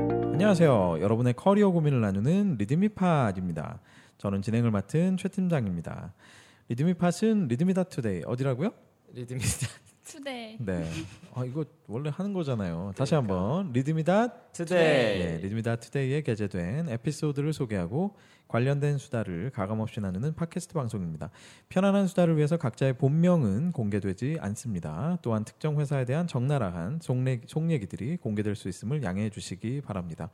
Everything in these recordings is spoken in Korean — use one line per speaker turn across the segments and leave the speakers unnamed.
안녕하세요. 여러분의 커리어 고민을 나누는 리드미팟입니다. 저는 진행을 맡은 최 팀장입니다. 리드미팟은 리드미다 투데이 어디라고요?
리듬이다
투데이.
네. 아 이거 원래 하는 거잖아요. 다시 한번 리드미다 네,
그러니까. 투데이
리드미다 투데이에 게재된 에피소드를 소개하고 관련된 수다를 가감없이 나누는 팟캐스트 방송입니다. 편안한 수다를 위해서 각자의 본명은 공개되지 않습니다. 또한 특정 회사에 대한 적나라한 속내, 속얘기들이 공개될 수 있음을 양해해 주시기 바랍니다.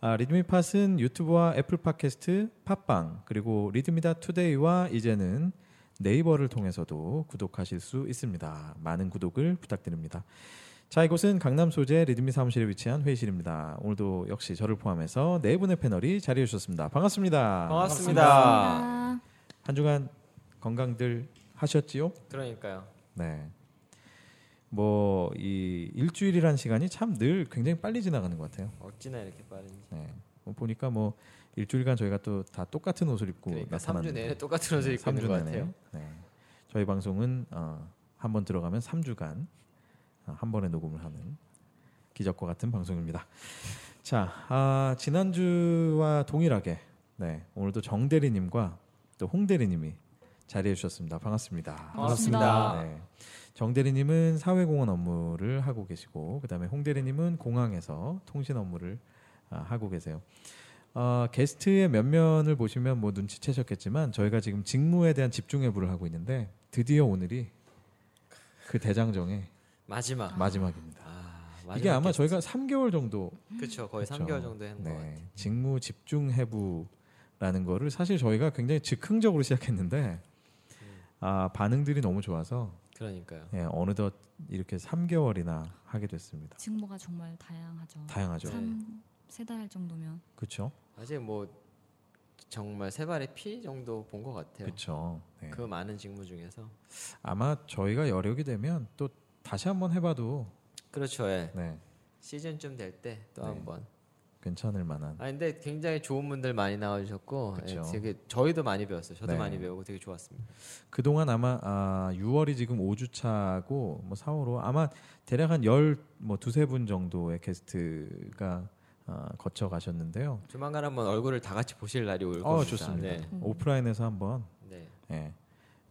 아, 리드미팟은 유튜브와 애플 팟캐스트, 팟빵, 그리고 리드미다 투데이와 이제는 네이버를 통해서도 구독하실 수 있습니다. 많은 구독을 부탁드립니다. 자 이곳은 강남 소재 리드미 사무실에 위치한 회의실입니다. 오늘도 역시 저를 포함해서 네 분의 패널이 자리해 주셨습니다. 반갑습니다.
반갑습니다.
한 주간 건강들 하셨지요?
그러니까요.
네. 뭐 이 일주일이란 시간이 참 늘 굉장히 빨리 지나가는 것 같아요.
어찌나 이렇게 빠른지.
네. 뭐 보니까 뭐 일주일간 저희가 또 다 똑같은 옷을 입고
그러니까 3주
나타났는데
내내 똑같은 옷을 입고 있는 것 같아요.
네. 저희 방송은 어, 한 번 들어가면 3주간 어, 한 번에 녹음을 하는 기적과 같은 방송입니다. 자, 아, 지난주와 동일하게 네, 오늘도 정 대리님과 또 홍 대리님이 자리해 주셨습니다. 반갑습니다.
반갑습니다.
네. 정 대리님은 사회공헌 업무를 하고 계시고 그다음에 홍 대리님은 공항에서 통신 업무를 아, 하고 계세요. 어, 게스트의 몇 면을 보시면 뭐 눈치채셨겠지만 저희가 지금 직무에 대한 집중 해부를 하고 있는데 드디어 오늘이 그 대장정의
마지막.
마지막입니다.
아,
이게 아마
마지막
저희가 3개월 정도
게스트. 그쵸 거의
그렇죠.
3개월 정도 한것 같아요. 음.
네, 직무 집중 해부라는 거를 사실 저희가 굉장히 즉흥적으로 시작했는데
음.
아, 반응들이 너무 좋아서
그러니까요.
예, 어느덧 이렇게 3개월이나 하게 됐습니다.
직무가 정말 다양하죠.
다양하죠.
아, 참-
3, 세달 정도면
그렇죠?
아직 뭐 정말 세 발의 피 정도 본 것 같아요.
그렇죠. 네.
그 많은 직무 중에서
아마 저희가 여력이 되면 또 다시 한번 해 봐도
그렇죠. 예.
네.
시즌쯤 될 때 또
네.
한번.
괜찮을 만한
아 근데 굉장히 좋은 분들 많이 나와주셨고 예,
그쵸.
되게 저희도 많이 배웠어요. 저도
네.
많이 배우고 되게 좋았습니다.
그동안 아마 아, 6월이 지금 5주차고 뭐 4월로 아마 대략 한열뭐 두세 분 정도의 게스트가 아, 거쳐 가셨는데요.
조만간 한번 얼굴을 다 같이 보실 날이 올 겁니다.
어, 좋습니다.
네.
오프라인에서 한번
네.
예.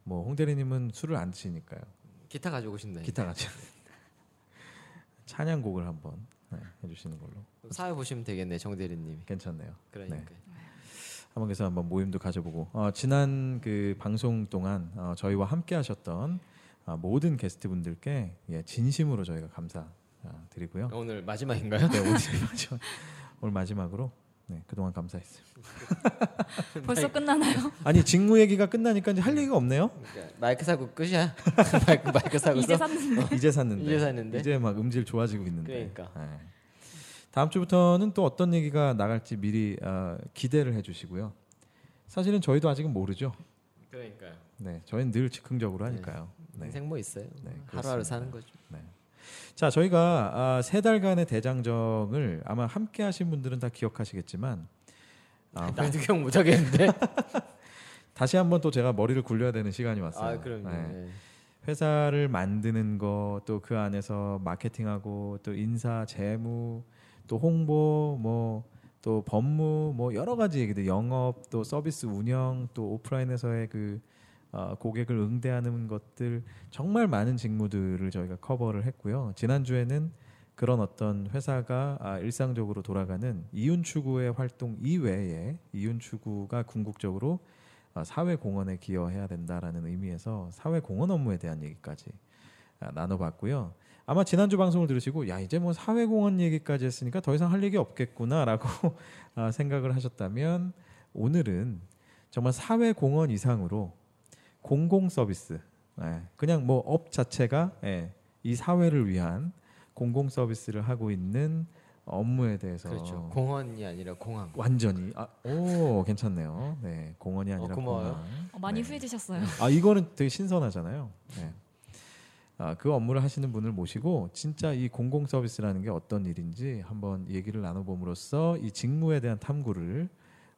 뭐홍 대리님은 술을 안 드시니까요.
기타 가지고 오신다.
기타 같이 찬양곡을 한번 네, 해주시는 걸로
사회 보시면 되겠네 정 대리님이
괜찮네요.
그러니까
한번 그래서 한번 모임도 가져보고 어, 지난 그 방송 동안 어, 저희와 함께하셨던 아, 모든 게스트분들께 예, 진심으로 저희가 아, 감사드리고요.
오늘 마지막인가요?
네, 오늘 마지막 오늘 마지막으로 네, 그동안 감사했습니다.
벌써 끝나나요?
아니 직무 얘기가 끝나니까 이제 할 얘기가 없네요.
그러니까 마이크 사고 끝이야 마이크, 마이크 사고
이제
써
샀는데
이제 샀는데
이제 샀는데.
이제 막 음질 좋아지고 있는데.
그러니까.
네. 다음 주부터는 또 어떤 얘기가 나갈지 미리 아, 기대를 해주시고요. 사실은 저희도 아직은 모르죠.
그러니까요
네, 저희는 늘 즉흥적으로 하니까요. 네.
인생 뭐 있어요
네, 그렇습니다.
하루하루 사는 거죠
자, 저희가 아, 세 달간의 대장정을 아마 함께 하신 분들은 다 기억하시겠지만 아, 회-
나도 기억 못하겠는데 아,
다시 한번 또 제가 머리를 굴려야 되는 시간이 왔어요.
아 그럼요
네.
네.
회사를 만드는 거 또 그 안에서 마케팅하고 또 인사, 재무, 또 홍보 뭐 또 법무 뭐 여러 가지 얘기들 영업 또 서비스 운영 또 오프라인에서의 그 어, 고객을 응대하는 것들 정말 많은 직무들을 저희가 커버를 했고요. 지난주에는 그런 어떤 회사가 아, 일상적으로 돌아가는 이윤 추구의 활동 이외에 이윤 추구가 궁극적으로 아, 사회 공헌에 기여해야 된다라는 의미에서 사회 공헌 업무에 대한 얘기까지 아, 나눠봤고요. 아마 지난주 방송을 들으시고 야 이제 뭐 사회 공헌 얘기까지 했으니까 더 이상 할 얘기 없겠구나라고 아, 생각을 하셨다면 오늘은 정말 사회 공헌 이상으로 공공 서비스 예, 그냥 뭐 업 자체가 예, 이 사회를 위한 공공 서비스를 하고 있는 업무에 대해서
그렇죠 공헌이 아니라 공항
완전히 아, 오 괜찮네요. 네 공원이 아니라
어, 고마워요.
공항.
어, 많이
네.
후회되셨어요.
아 이거는 되게 신선하잖아요. 네. 아그 업무를 하시는 분을 모시고 진짜 이 공공 서비스라는 게 어떤 일인지 한번 얘기를 나눠봄으로써 이 직무에 대한 탐구를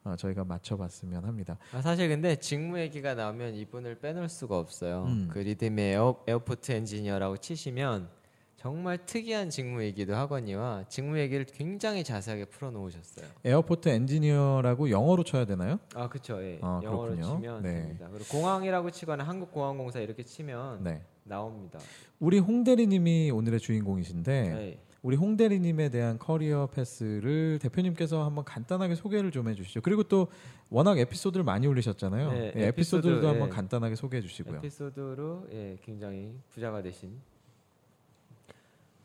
아, 저희가 맞춰봤으면 합니다.
아, 사실 근데 직무 얘기가 나오면 이분을 빼놓을 수가 없어요
음.
그 리듬의 에어, 에어포트 엔지니어라고 치시면 정말 특이한 직무이기도 하거니와 직무 얘기를 굉장히 자세하게 풀어놓으셨어요.
에어포트 엔지니어라고 영어로 쳐야 되나요?
아 그쵸. 예.
아,
영어로
그렇군요.
치면
네.
됩니다. 그리고 공항이라고 치거나 한국공항공사 이렇게 치면
네.
나옵니다.
우리 홍대리님이 오늘의 주인공이신데
네.
우리 홍대리님에 대한 커리어 패스를 대표님께서 한번 간단하게 소개를 좀 해주시죠. 그리고 또 워낙 에피소드를 많이 올리셨잖아요.
네,
예, 에피소드도
에피소드,
한번
예.
간단하게 소개해 주시고요.
에피소드로 예, 굉장히 부자가 되신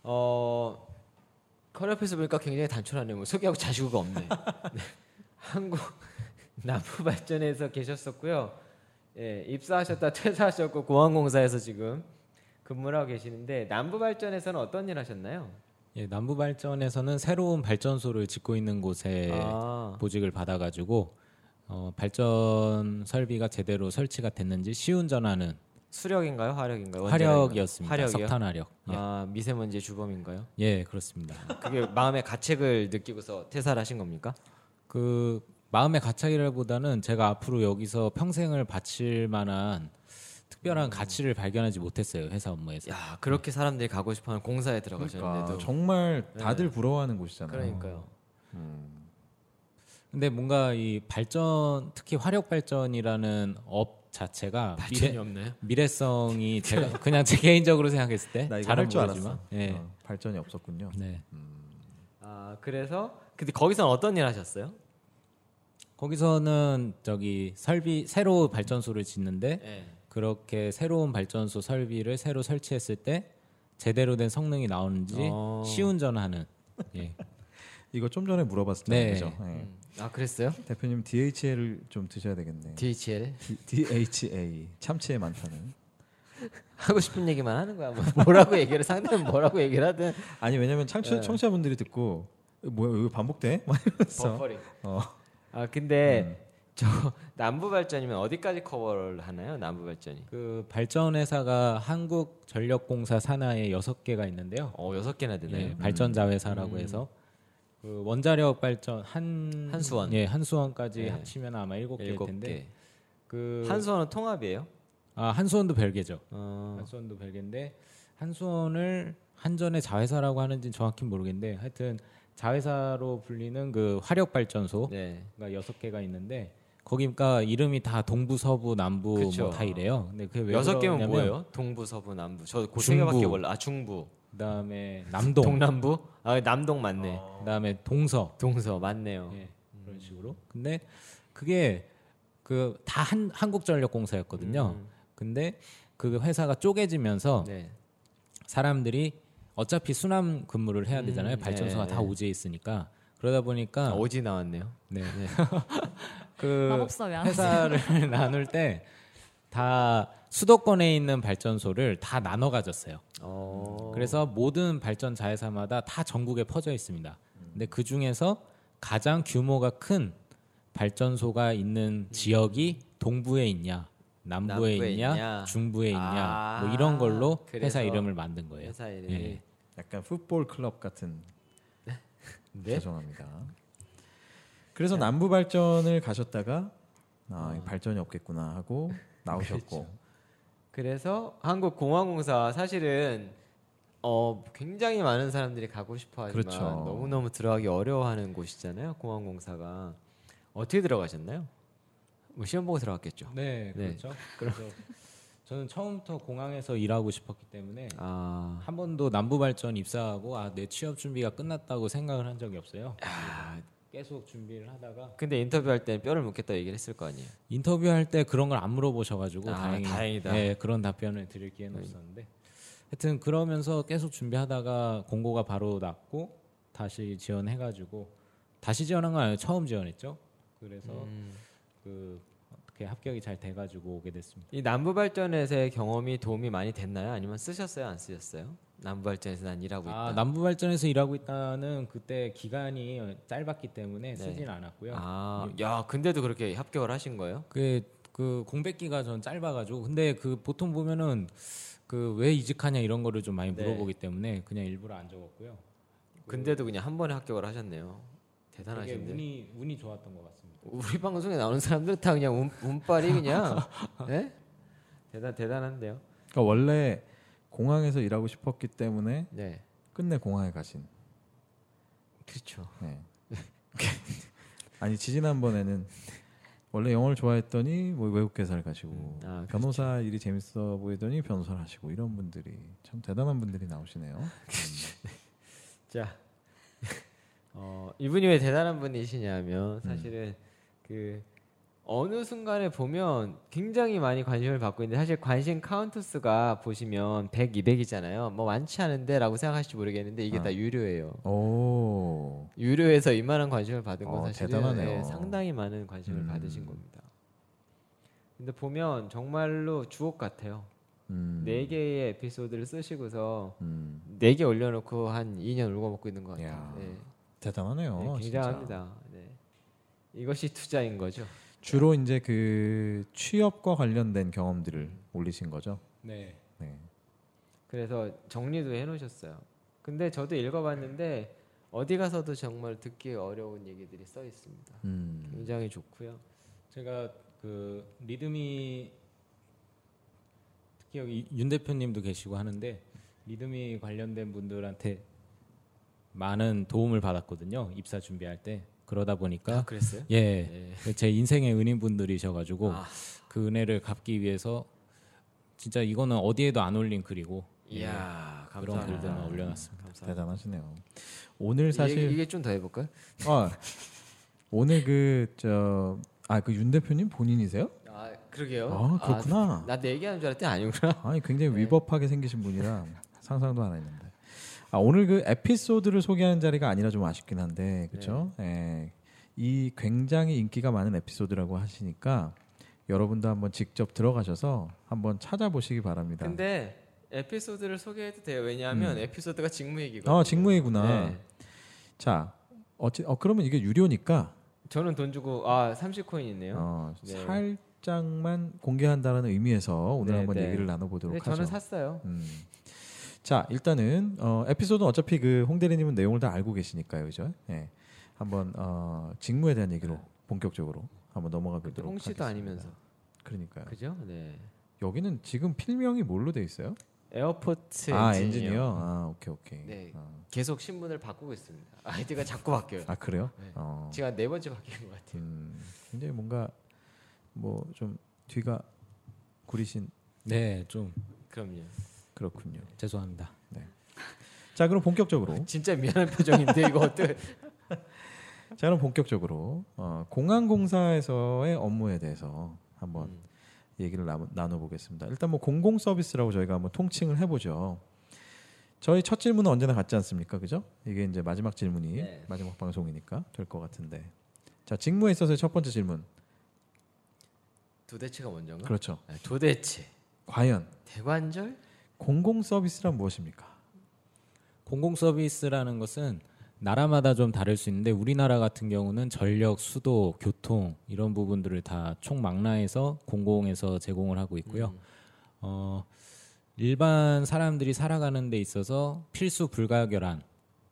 어 커리어 패스 보니까 굉장히 단촐하네요. 뭐 소개하고 자시고가 없네. 네. 한국 남부 발전에서 계셨었고요. 예, 입사하셨다 퇴사하셨고 공항공사에서 지금 근무를 하고 계시는데 남부 발전에서는 어떤 일 하셨나요?
예, 남부 발전에서는 새로운 발전소를 짓고 있는
네.
곳에
아,
보직을 받아가지고 어, 발전 설비가 제대로 설치가 됐는지 시운전하는
수력인가요? 화력인가요? 원자력인가요?
화력이었습니다.
화력이요?
석탄 화력. 예.
아, 미세먼지의 주범인가요?
예, 그렇습니다.
그게 마음의 가책을 느끼고서 퇴사를 하신 겁니까?
그 마음의 가차기라보다는 제가 앞으로 여기서 평생을 바칠 만한 특별한 가치를 발견하지 못했어요 회사 업무에서.
음. 야 그렇게 사람들이 가고 싶어하는 공사에
그러니까
들어가셨는데도 네.
정말 다들 부러워하는 곳이잖아요.
그러니까요.
근데 뭔가 이 발전 특히 화력 발전이라는 업 자체가 아, 미래,
없나요?
미래성이 제가 그냥 제 개인적으로 생각했을 때
나 이거
잘은
할 줄 알았어.
모르지만, 예.
네.
어, 발전이 없었군요.
네.
아 그래서 근데 거기선 어떤 일 하셨어요?
거기서는 저기 설비 새로 발전소를 짓는데
네.
그렇게 새로운 발전소 설비를 새로 설치했을 때 제대로 된 성능이 나오는지
어.
시운전하는 예.
이거 좀 전에 물어봤었잖아요.
네.
그죠? 예.
음. 아 그랬어요?
대표님 DHA를 좀 드셔야 되겠네.
DHL
DHA 참치에 많다는.
하고 싶은 얘기만 하는 거야. 뭐 뭐라고 얘기를 상대는 뭐라고 얘기를 하든
아니 왜냐면 청취,
네.
청취자분들이 듣고 어, 뭐야 이거 반복돼? 막 이러면서
버퍼링.
어. 음.
아 근데 저 남부 발전이면 어디까지 커버를 하나요? 남부 발전이?
그 발전 회사가 한국 전력공사 산하에 여섯 개가 있는데요.
어 여섯 개나
네.
되나요?
음.
예, 발전 자회사라고 해서 그 원자력 발전 한
한수원.
예, 한수원까지
네.
예.
합치면 아마 일곱 개일
일곱
텐데
개.
그
한수원은 통합이에요?
아, 한수원도 별개죠.
어,
한수원도 별개인데 한수원을 한전의 자회사라고 하는지는 정확히 모르겠는데 하여튼 자회사로 불리는 그 화력 발전소가
네.
여섯 개가 있는데 거기니까 그러니까 이름이 다 동부, 서부, 남부
그쵸.
뭐 다 이래요. 근데 그게 왜
여섯 개면
그러냐면
뭐예요? 동부, 서부, 남부. 저 그 세
중부.
개밖에 몰라. 아 중부.
그다음에 남동,
남부아 남동 맞네.
그다음에 동서,
동서 맞네요.
예,
음.
그런 식으로. 근데 그게 그 다 한 한국전력공사였거든요.
음.
근데 그 회사가 쪼개지면서
네.
사람들이 어차피 수남 근무를 해야
음,
되잖아요. 발전소가
네,
다
네.
오지에 있으니까 그러다 보니까
오지 나왔네요.
네.
네.
그
마법사
아,
왜안
회사를 나눌 때 다 수도권에 있는 발전소를 다 나눠 가졌어요.
어.
그래서 모든 발전 자회사마다 다 전국에 퍼져 있습니다.
음.
근데 그 중에서 가장 규모가 큰 발전소가 있는 지역이 동부에 있냐, 남부에,
음. 남부에
있냐,
있냐.
중부에 있냐,
아,
뭐 이런 걸로
그래서
회사 이름을 만든 거예요.
회사 이름이
예.
약간 풋볼 클럽 같은
네?
죄송합니다. 그래서 남부 발전을 가셨다가 아, 그렇죠. 발전이 없겠구나 하고 나오셨고
그래서 한국 공항공사 사실은 어 굉장히 많은 사람들이 가고 싶어 하지만
그렇죠.
너무 너무 들어가기 어려워하는 곳이잖아요. 공항공사가 어떻게 들어가셨나요? 뭐 시험 보고 들어갔겠죠.
네, 그렇죠. 그래서 저는 처음부터 공항에서 일하고 싶었기 때문에
아,
한 번도 남부발전 입사하고 아, 내 취업 준비가 끝났다고 생각을 한 적이 없어요. 아. 계속 준비를 하다가
근데 인터뷰할 때는 뼈를 묻겠다 얘기를 했을 거 아니에요.
인터뷰할 때 그런 걸 안 물어보셔가지고
아,
다행히 네.
다행이다.
예, 그런 답변을 드릴 기회는 없었는데 하여튼 그러면서 계속 준비하다가 공고가 바로 났고 다시 지원해가지고 다시 지원한 건 아니에요 처음 지원했죠 그래서 그 어떻게 합격이 잘 돼가지고 오게 됐습니다
이 남부 발전에서의 경험이 도움이 많이 됐나요? 아니면 쓰셨어요? 안 쓰셨어요? 남부 발전에서 난 일하고 있다.
아, 남부발전에서 일하고 있다는 그때 기간이 짧았기 때문에
네.
쓰진 않았고요
아, 야, 근데도 그렇게 합격을 하신 거예요?
그게 그 공백기가 전 짧아가지고 근데 그 보통 보면은 그 왜 이직하냐 이런 거를 좀 많이
네.
물어보기 때문에 그냥 일부러 안 적었고요.
근데도 그냥 한 번에 합격을 하셨네요.
되게
대단하신데.
운이 운이 좋았던 것 같습니다.
우리 방송에 나오는 사람들 다 그냥 네? 운, 운빨이 그냥 예? 대단 대단한데요.
그러니까 원래 공항에서 일하고 싶었기 때문에
네,
끝내 공항에 가신.
그렇죠.
네. 아니 지지난 번에는 원래 영어를 좋아했더니 뭐 외국 회사를 가시고
음, 아,
변호사 일이 재밌어 보이더니 변호사를 하시고 이런 분들이 참 대단한 분들이 나오시네요.
자, 어, 이분이 왜 대단한 분이시냐면 사실은 그 어느 순간에 보면 굉장히 많이 관심을 받고 있는데 사실 관심 카운트 수가 보시면 100, 200이잖아요. 뭐 많지 않은데라고 생각하실지 모르겠는데 이게
아.
다 유료예요.
오
유료에서 이만한 관심을 받은 건
어,
사실
대단하네요.
상당히 많은 관심을
음.
받으신 겁니다. 근데 보면 정말로 주옥 같아요.
음,
네 개의 에피소드를 쓰시고서
음,
네 개 올려놓고 한 2년 울고 먹고 있는 것 같아요.
야,
네.
대단하네요.
네,
어, 진짜.
굉장합니다. 네. 이것이 투자인 거죠.
주로 이제 그 취업과 관련된 경험들을 올리신 거죠.
네.
네.
그래서 정리도 해놓으셨어요. 근데 저도 읽어봤는데 어디 가서도 정말 듣기 어려운 얘기들이 써 있습니다.
음.
굉장히 좋고요.
제가 그 리듬이 특히 여기 윤 대표님도 계시고 하는데 리듬이 관련된 분들한테 많은 도움을 받았거든요. 입사 준비할 때. 그러다 보니까
아, 그랬어요?
예. 제 인생의 은인분들이셔가지고
아.
그 은혜를 갚기 위해서 진짜 이거는 어디에도 안 올린 글이고
이야,
예, 그런
감사합니다.
글들만 올려놨습니다.
감사합니다.
대단하시네요. 오늘 사실
이게, 좀 더 해볼까요?
아, 오늘 그 저 아 그 윤 대표님 본인이세요?
아 네. 그러게요.
아 그렇구나.
나내 얘기하는 줄 알았더니 아니구나.
아니 굉장히 위법하게 생기신 분이라 상상도 안 했는데. 아 오늘 그 에피소드를 소개하는 자리가 아니라 좀 아쉽긴 한데 그렇죠?
네.
예. 이 굉장히 인기가 많은 에피소드라고 하시니까 여러분도 한번 직접 들어가셔서 한번 찾아보시기 바랍니다. 음.
근데 에피소드를 소개해도 돼요. 왜냐하면 에피소드가 직무 얘기거든요.
아 직무이구나.
네.
자 어찌 어 그러면 이게 유료니까
저는 돈 주고 아 30코인 있네요.
어,
네.
살짝만 공개한다라는 의미에서 오늘
네,
한번
네.
얘기를
근데
나눠보도록 하죠.
저는 샀어요.
음. 자 일단은 어, 에피소드는 어차피 그 홍대리님은 내용을 다 알고 계시니까요, 그죠? 예. 한번 어, 직무에 대한 얘기로 본격적으로 한번 넘어가
네. 그것도
보도록
홍씨도
하겠습니다.
아니면서
그러니까요.
그죠? 네.
여기는 지금 필명이 뭘로 돼 있어요?
에어포트
아
엔지니어.
엔지니어. 아 오케이 오케이.
네.
어.
계속 신분을 바꾸고 있습니다. 아이디가 자꾸 바뀌어요.
아 그래요?
네.
어.
제가 네 번째 바뀐 것 같아요.
음, 굉장히 뭔가 뭐 좀 뒤가 구리신
네, 좀
그럼요.
그렇군요.
죄송합니다.
자 그럼 본격적으로
진짜 미안한 표정인데 이거 어떻게?
자 그럼 본격적으로 어, 공항공사에서의 업무에 대해서 한번
음.
얘기를 나, 눠보겠습니다 일단 뭐 공공 서비스라고 저희가 한번 통칭을 해보죠. 저희 첫 질문은 언제나 같지 않습니까, 그죠? 이게 이제 마지막 질문이
네.
마지막 방송이니까 될 것 같은데. 자 직무에 있어서의 첫 번째 질문.
도대체가 뭔가?
그렇죠.
아, 도대체
과연
대관절?
공공 서비스란 무엇입니까?
공공 서비스라는 것은 나라마다 좀 다를 수 있는데 우리나라 같은 경우는 전력, 수도, 교통 이런 부분들을 다 총망라해서 공공에서 제공을 하고 있고요.
음.
어, 일반 사람들이 살아가는 데 있어서 필수 불가결한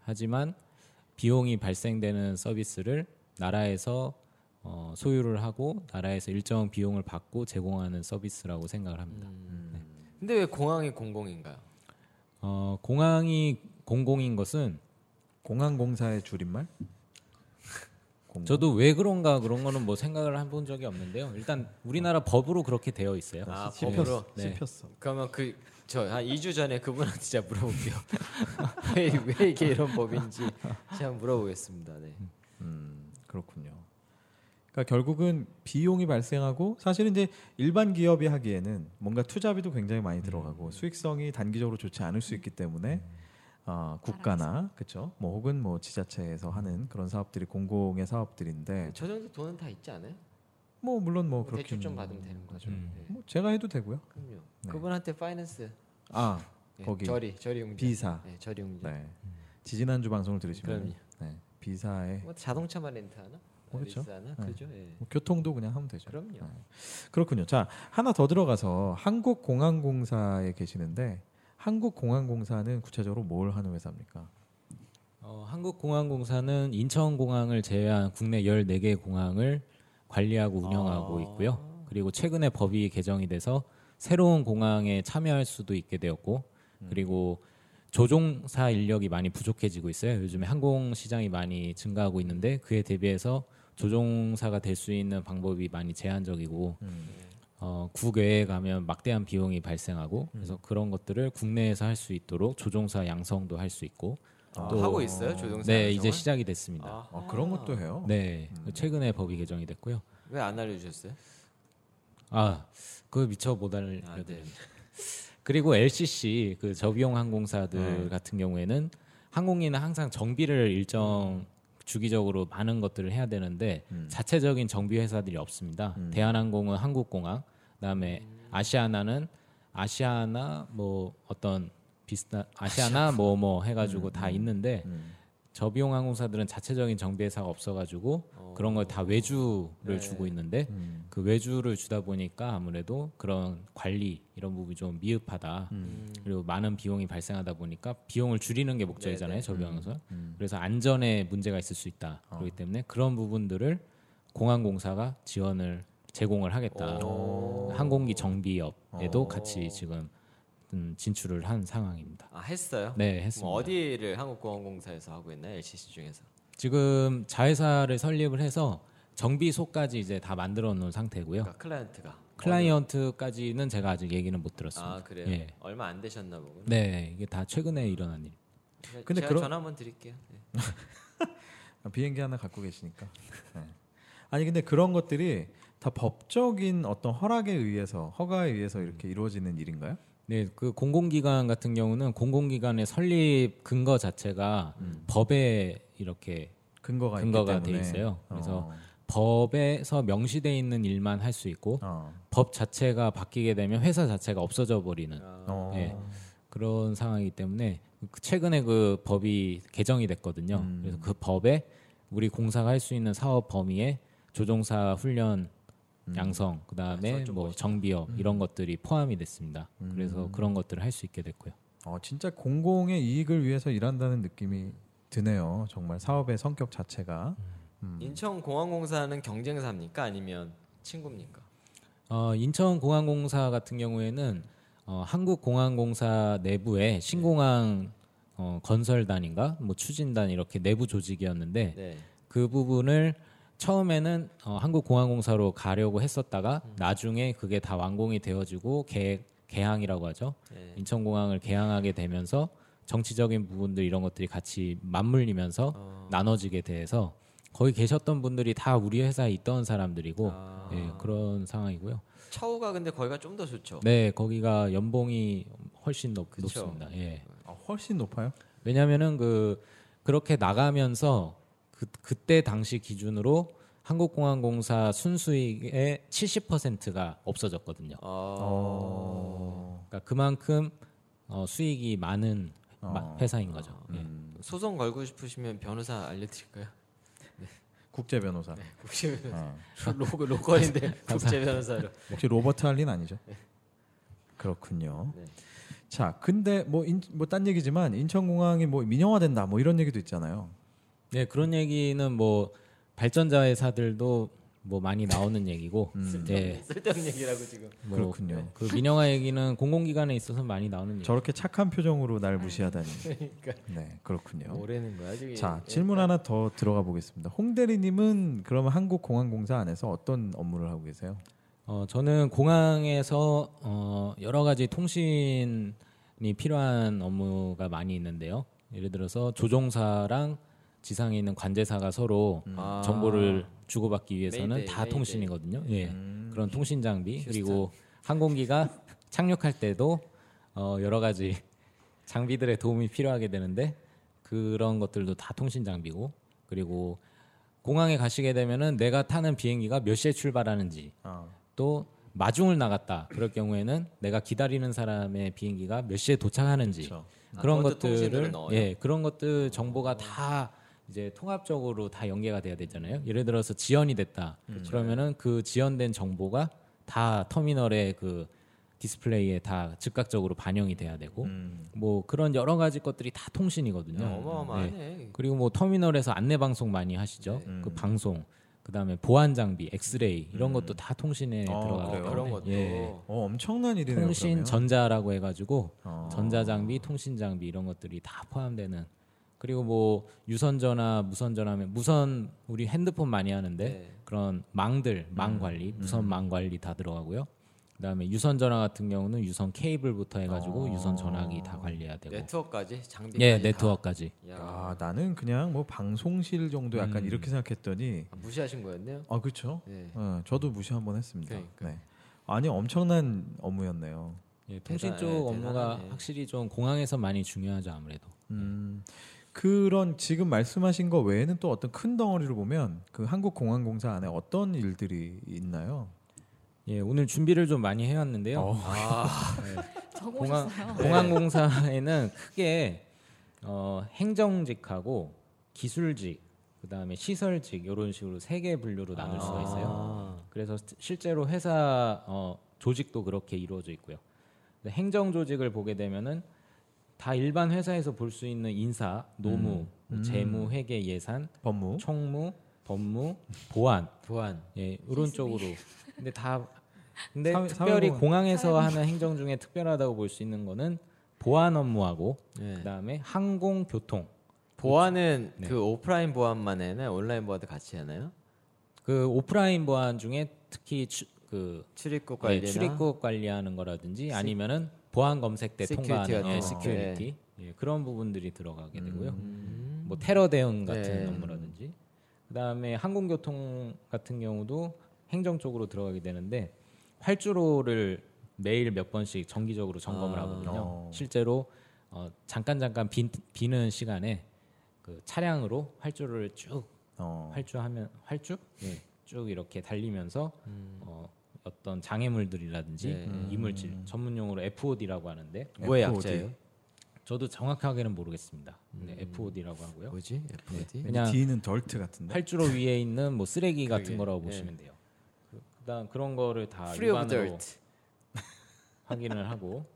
하지만 비용이 발생되는 서비스를 나라에서 어, 소유를 하고 나라에서 일정 비용을 받고 제공하는 서비스라고 생각을 합니다.
근데 왜 공항이 공공인가요?
어, 공항이 공공인 것은
공항공사의 줄임말? 공공?
저도 왜 그런가 그런 거는 뭐 생각을 해본 적이 없는데요. 일단 우리나라 법으로 그렇게 되어 있어요.
아, 법으로.
씹혔어.
네.
씹혔어.
그러면 그 저 한 2주 전에 그분한테 제가 물어볼게요. 왜, 왜 이게 이런 법인지 제가 물어보겠습니다. 네.
음, 그렇군요. 그러니까 결국은 비용이 발생하고 사실은 이제 일반 기업이 하기에는 뭔가 투자비도 굉장히 많이 들어가고 수익성이 단기적으로 좋지 않을 수 있기 때문에 어, 국가나 그렇죠. 뭐 혹은 뭐 지자체에서 하는 그런 사업들이 공공의 사업들인데
저 정도 돈은 다 있지 않아요?
뭐 물론 뭐
뭐
그렇게
대출 좀 받으면 되는 거죠. 네.
뭐 제가 해도 되고요.
그럼요.
네.
그분한테 파이낸스
아
네,
거기
저리 저리 융자.
비사.
네, 저리 융자.
네. 지지난주 방송을
그럼요.
들으시면 네. 비사에
뭐 자동차만 렌트하나?
어, 그렇죠.
리스하나?
네.
그죠? 예.
뭐 교통도 그냥 하면 되죠.
그럼요.
그렇군요. 자 하나 더 들어가서 한국공항공사에 계시는데 한국공항공사는 구체적으로 뭘 하는 회사입니까?
어, 한국공항공사는 인천공항을 제외한 국내 14개 공항을 관리하고 운영하고
아.
있고요. 그리고 최근에 법이 개정이 돼서 새로운 공항에 참여할 수도 있게 되었고 그리고 조종사 인력이 많이 부족해지고 있어요. 요즘에 항공 시장이 많이 증가하고 있는데 그에 대비해서 조종사가 될 수 있는 방법이 많이 제한적이고 어, 국외에 가면 막대한 비용이 발생하고 그래서 그런 것들을 국내에서 할 수 있도록 조종사 양성도 할 수 있고
아,
또-
하고 있어요 조종사.
네 이제
양성을?
시작이 됐습니다.
아, 그런 것도 해요.
네
음.
최근에 법이 개정이 됐고요.
왜안 알려주셨어요?
아, 그거 미처 못
아,
알려드려.
네.
그리고 LCC 그 저비용 항공사들
네.
같은 경우에는 항공인은 항상 정비를 일정 주기적으로 많은 것들을 해야 되는데 자체적인 정비 회사들이 없습니다. 대한항공은 한국공항, 그다음에 아시아나는 아시아나 뭐 어떤 비슷한 아시아나 음. 뭐 뭐 해가지고 다 있는데 저비용 항공사들은 자체적인 정비 회사가 없어가지고 그런 걸 다 외주를
네.
주고 있는데
음.
그 외주를 주다 보니까 아무래도 그런 관리 이런 부분이 좀 미흡하다.
음.
그리고 많은 비용이 발생하다 보니까 비용을 줄이는 게 목적이잖아요.
네네.
저비용에서.
음.
그래서 안전에 문제가 있을 수 있다. 그렇기 때문에 그런 부분들을 공항공사가 지원을 제공을 하겠다.
오.
항공기 정비업에도
오.
같이 지금 음, 진출을 한 상황입니다.
아 했어요?
네,
뭐
했습니다.
어디를 한국공항공사에서 하고 있나요? LCC 중에서.
지금 자회사를 설립을 해서 정비소까지 이제 다 만들어 놓은 상태고요.
그러니까 클라이언트가.
클라이언트까지는 제가 아직 얘기는 못 들었습니다.
아 그래요?
예.
얼마 안 되셨나 보군.
네, 이게 다 최근에 일어난 일.
근데
근데
제가
그런-
전화 한번 드릴게요. 네.
아, 비행기 하나 갖고 계시니까. 네. 아니 근데 그런 것들이 다 법적인 어떤 허락에 의해서 허가에 의해서 이렇게 이루어지는 일인가요?
네, 그 공공기관 같은 경우는 공공기관의 설립 근거 자체가
음.
법에 이렇게
근거가 있기
근거가
때문에.
돼 있어요. 그래서
어.
법에서 명시돼 있는 일만 할 수 있고
어.
법 자체가 바뀌게 되면 회사 자체가 없어져 버리는
아,
어.
예. 그런 상황이기 때문에 그 최근에 그 법이 개정이 됐거든요.
음.
그래서 그 법에 우리 공사가 할 수 있는 사업 범위에 조종사 훈련
음.
양성,
아,
음. 그다음에 음.
저좀
뭐 정비업 이런 것들이 포함이 됐습니다. 그래서 그런 것들을 할 수 있게 됐고요.
어, 진짜 공공의 이익을 위해서 일한다는 느낌이 드네요. 정말 사업의 성격 자체가.
인천공항공사는 경쟁사입니까? 아니면 친구입니까?
어, 인천공항공사 같은 경우에는 어, 한국공항공사 내부에 신공항 어, 건설단인가 뭐 추진단 이렇게 내부 조직이었는데
네.
그 부분을 처음에는 어, 한국공항공사로 가려고 했었다가 나중에 그게 다 완공이 되어지고 개, 개항이라고 하죠.
네.
인천공항을 개항하게 되면서 정치적인 부분들 이런 것들이 같이 맞물리면서
어.
나눠지게 돼서 거기 계셨던 분들이 다 우리 회사에 있던 사람들이고
아.
예, 그런 상황이고요.
차후가 근데 거기가 좀 더 좋죠.
네, 거기가 연봉이 훨씬 높,
어. 그쵸. 네.
습니다 예.
아, 훨씬 높아요.
왜냐면은 그 그렇게 나가면서 그 그때 당시 기준으로 한국공항공사 순수익의 70%가 없어졌거든요.
어.
그러니까 그만큼 어, 수익이 많은 마-
어.
회사인 거죠. 예.
소송 걸고 싶으시면 변호사 알려드릴까요?
국제 변호사.
네.
국제 변호사.
어.
로고 로컬인데 국제 변호사로.
혹시 로버트 할린 아니죠?
네.
그렇군요.
네.
자, 근데 뭐뭐딴 얘기지만 인천공항이 뭐 민영화된다 뭐 이런 얘기도 있잖아요.
네, 그런 얘기는 뭐 발전자 회사들도 뭐 많이 나오는 얘기고, 예,
쓸데없는 얘기라고 지금.
뭐
그렇군요.
그 민영화 얘기는 공공기관에 있어서 많이 나오는 얘기.
네. 저렇게 착한 표정으로
아,
날 무시하다니.
그러니까.
네,
예.
그렇군요.
뭐라는 거야 지금? 예.
자, 질문 하나 더 들어가 보겠습니다. 홍대리님은 그러면 한국공항공사 안에서 어떤 업무를 하고 계세요?
어, 저는 공항에서 어, 여러 가지 통신이 필요한 업무가 많이 있는데요. 예를 들어서 조종사랑 지상에 있는 관제사가 서로
아.
음, 정보를 주고받기 위해서는
메이데이, 음.
다
메이데이.
통신이거든요. 예. 그런 통신 장비 그리고 항공기가 착륙할 때도 어, 여러 가지 장비들의 도움이 필요하게 되는데 그런 것들도 다 통신 장비고 그리고 공항에 가시게 되면은 내가 타는 비행기가 몇 시에 출발하는지
아.
또 마중을 나갔다 그럴 경우에는 내가 기다리는 사람의 비행기가 몇 시에 도착하는지
그쵸.
아,
그런
그것도 통신으로
것들을
넣어요? 어.
예 그런 것들 정보가 다 이제 통합적으로 다 연계가 돼야 되잖아요 예를 들어서 지연이 됐다
음.
그러면은 그 지연된 정보가 다 터미널의 그 디스플레이에 다 즉각적으로 반영이 돼야 되고 뭐 그런 여러 가지 것들이 다 통신이거든요
네,
예.
어마어마하네.
네. 그리고 뭐 터미널에서 안내 방송 많이 하시죠. 그 방송 그다음에 보안 장비, 엑스레이 이런 것도 다 통신에
아,
들어가요.
그래요?
그런 것도
예.
어, 엄청난 일이네요.
통신
그러면.
전자라고 해가지고
어.
전자 장비, 통신 장비 이런 것들이 다 포함되는 그리고 뭐 유선 전화, 무선 전화면 무선 우리 핸드폰 많이 하는데
네.
그런 망들, 망 관리, 무선 망 관리 다 들어가고요. 그다음에 유선 전화 같은 경우는 유선 케이블부터 해가지고
어.
유선 전화기 다 관리해야 되고,
네트워크까지 장비.
예 네트워크까지.
아, 나는 그냥 뭐 방송실 정도 약간
음.
이렇게 생각했더니
무시하신 거였네요.
아 그렇죠.
네.
어, 저도 무시 한번 했습니다.
그러니까.
네. 아니 엄청난 업무였네요.
예, 통신
대단-
쪽
예,
업무가
대단하네.
확실히 좀 공항에서 많이 중요하죠 아무래도.
음, 그런 지금 말씀하신 거 외에는 또 어떤 큰 덩어리로 보면 그 한국공항공사 안에 어떤 일들이 있나요?
예 오늘 준비를 좀 많이 해왔는데요.
아,
공항
적어오셨어요.
네.
공항공사에는 크게 어, 행정직하고 기술직, 그다음에 시설직 이런 식으로 세 개 분류로 나눌
아.
수가 있어요. 그래서 스- 실제로 회사 어, 조직도 그렇게 이루어져 있고요. 근데 행정 조직을 보게 되면은 다 일반 회사에서 볼 수 있는 인사, 노무, 뭐
음.
재무, 회계, 예산,
법무.
총무, 법무, 보안
아. 보안.
예, 이런 쪽으로. 근데 다 근데
사회-
특별히
사회공헌.
공항에서 하는 행정 중에 특별하다고 볼 수 있는 거는 보안 업무하고
네.
그다음에 항공 교통.
보안은
네.
그 오프라인 보안만 해나 온라인 보안도 같이 하나요?
그 오프라인 보안 중에 특히 추, 그
출입국
예,
관리나
출입국 관리하는 거라든지
시-
아니면은 보안 검색 때
시큐리티
통과하는
같은 거.
예,
네.
시큐리티 예, 그런 부분들이 들어가게 되고요.
음.
뭐 테러 대응 같은
네.
업무라든지 그다음에 항공교통 같은 경우도 행정 쪽으로 들어가게 되는데 활주로를 매일 몇 번씩 정기적으로 점검을
아.
하거든요.
어.
실제로 어, 잠깐 잠깐 빈, 비는 시간에 그 차량으로 활주로를 쭉
어.
활주하면 활주 예, 쭉 이렇게 달리면서 어, 어떤 장애물들이라든지
네.
음, 이물질 전문 용어로 FOD라고 하는데
뭐의
FOD.
약자예요?
저도 정확하게는 모르겠습니다. 네, FOD라고 하고요.
뭐지? FOD.
그냥-
D는 덜트 같은데.
활주로 위에 있는 뭐 쓰레기 같은
그러게,
거라고
예.
보시면 돼요. 그- 그다음 그런 거를 다
Free of
육안으로
dirt.
확인을 하고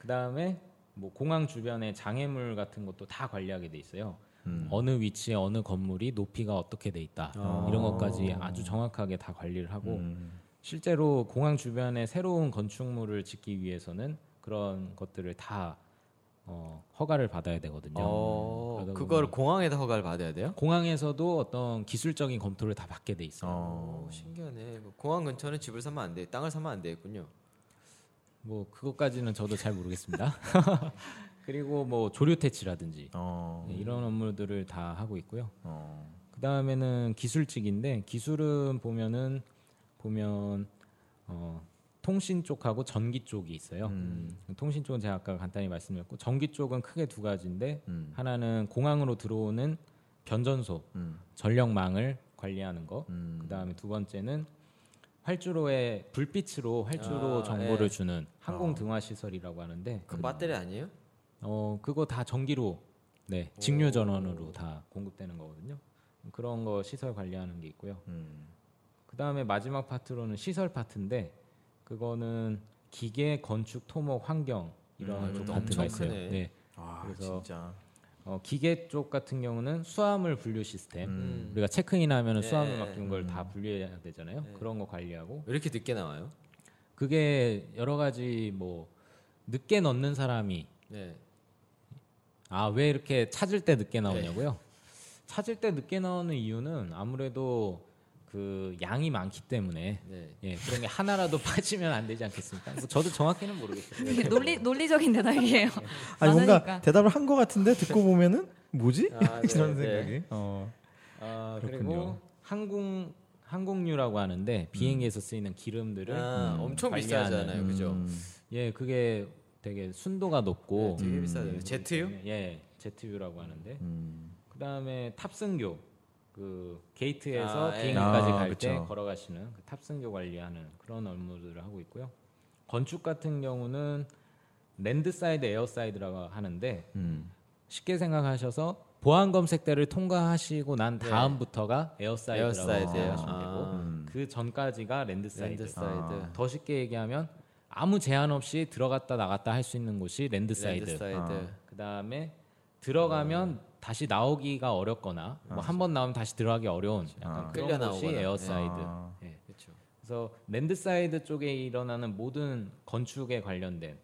그다음에 뭐 공항 주변의 장애물 같은 것도 다 관리하게 돼 있어요.
음.
어느 위치에 어느 건물이 높이가 어떻게 돼 있다
아.
이런 것까지 아주 정확하게 다 관리를 하고
음.
실제로 공항 주변에 새로운 건축물을 짓기 위해서는 그런 것들을 다 어, 허가를 받아야 되거든요.
어,
그러다 보면
그걸 공항에다 허가를 받아야 돼요?
공항에서도 어떤 기술적인 검토를 다 받게 돼 있어요.
어.
오, 신기하네. 그 공항 근처는 집을 사면 안 돼. 땅을 사면 안 되겠군요.
뭐 그것까지는 저도 잘 모르겠습니다. 그리고 뭐 조류 퇴치라든지
어.
네, 이런 업무들을 다 하고 있고요.
어.
그 다음에는 기술직인데 기술은 보면은 보면 어, 통신 쪽하고 전기 쪽이 있어요.
음.
통신 쪽은 제가 아까 간단히 말씀드렸고 전기 쪽은 크게 두 가지인데
음.
하나는 공항으로 들어오는 변전소
음.
전력망을 관리하는 거.
음.
그 다음에 두 번째는 활주로에 불빛으로 활주로
아,
정보를
예.
주는 항공 등화 시설이라고 하는데
그 배터리 아니에요?
어 그거 다 전기로 네 직류 전원으로 다 공급되는 거거든요. 그런 거 시설 관리하는 게 있고요.
음.
그 다음에 마지막 파트로는 시설 파트인데 그거는 기계, 건축, 토목, 환경 이런
음,
좀
엄청
파트가 있어요.
크네.
네.
아,
그래서-
진짜.
어, 기계 쪽 같은 경우는 수화물 분류 시스템.
음.
우리가 체크인하면 은
예,
수화물
예,
맡긴 걸 다 분류해야 되잖아요.
예.
그런 거 관리하고
왜 이렇게 늦게 나와요?
그게 여러 가지 뭐 늦게 넣는 사람이
네.
아 왜 이렇게 찾을 때 늦게 나오냐고요? 찾을 때 늦게 나오는 이유는 아무래도 그 양이 많기 때문에
네.
예 그런 게 하나라도 빠지면 안 되지 않겠습니까? 뭐 저도 정확히는
네.
모르겠어요.
되게 논리 논리적인 대답이에요. 그러니까.
아니 뭔가
많으니까.
대답을 한 것 같은데 듣고 보면은 뭐지?
아, 네,
이런
네.
생각이. 어.
아
그렇군요.
그리고 항공 항공유라고 하는데 비행기에서 쓰이는 기름들을
아, 엄청
관리하는-
비싸잖아요, 그죠?
음.
예 그게 되게 순도가 높고
네, 되게 비싸요. 제트유?
예 제트유라고 하는데
음.
그다음에 탑승교 그 게이트에서
아, 예.
비행기까지
아,
갈 때
그쵸.
걸어가시는 그 탑승교 관리하는 그런 업무들을 하고 있고요. 건축 같은 경우는 랜드 사이드, 에어 사이드라고 하는데
음.
쉽게 생각하셔서 보안 검색대를 통과하시고 난
네.
다음부터가 에어 사이드라고
에어사이드예요.
생각하시면 되고
음.
그 전까지가 랜드 사이드.
랜드 사이드.
아.
더 쉽게 얘기하면 아무 제한 없이 들어갔다 나갔다 할 수 있는 곳이 랜드 사이드.
랜드 사이드.
아.
그다음에 들어가면 다시 나오기가 어렵거나
아.
뭐 한 번 나오면 다시 들어가기 어려운 약간
아.
그런
끌려
곳이
나오거나.
에어사이드.
아.
예.
그렇죠.
그래서 랜드사이드 쪽에 일어나는 모든 건축에 관련된
음.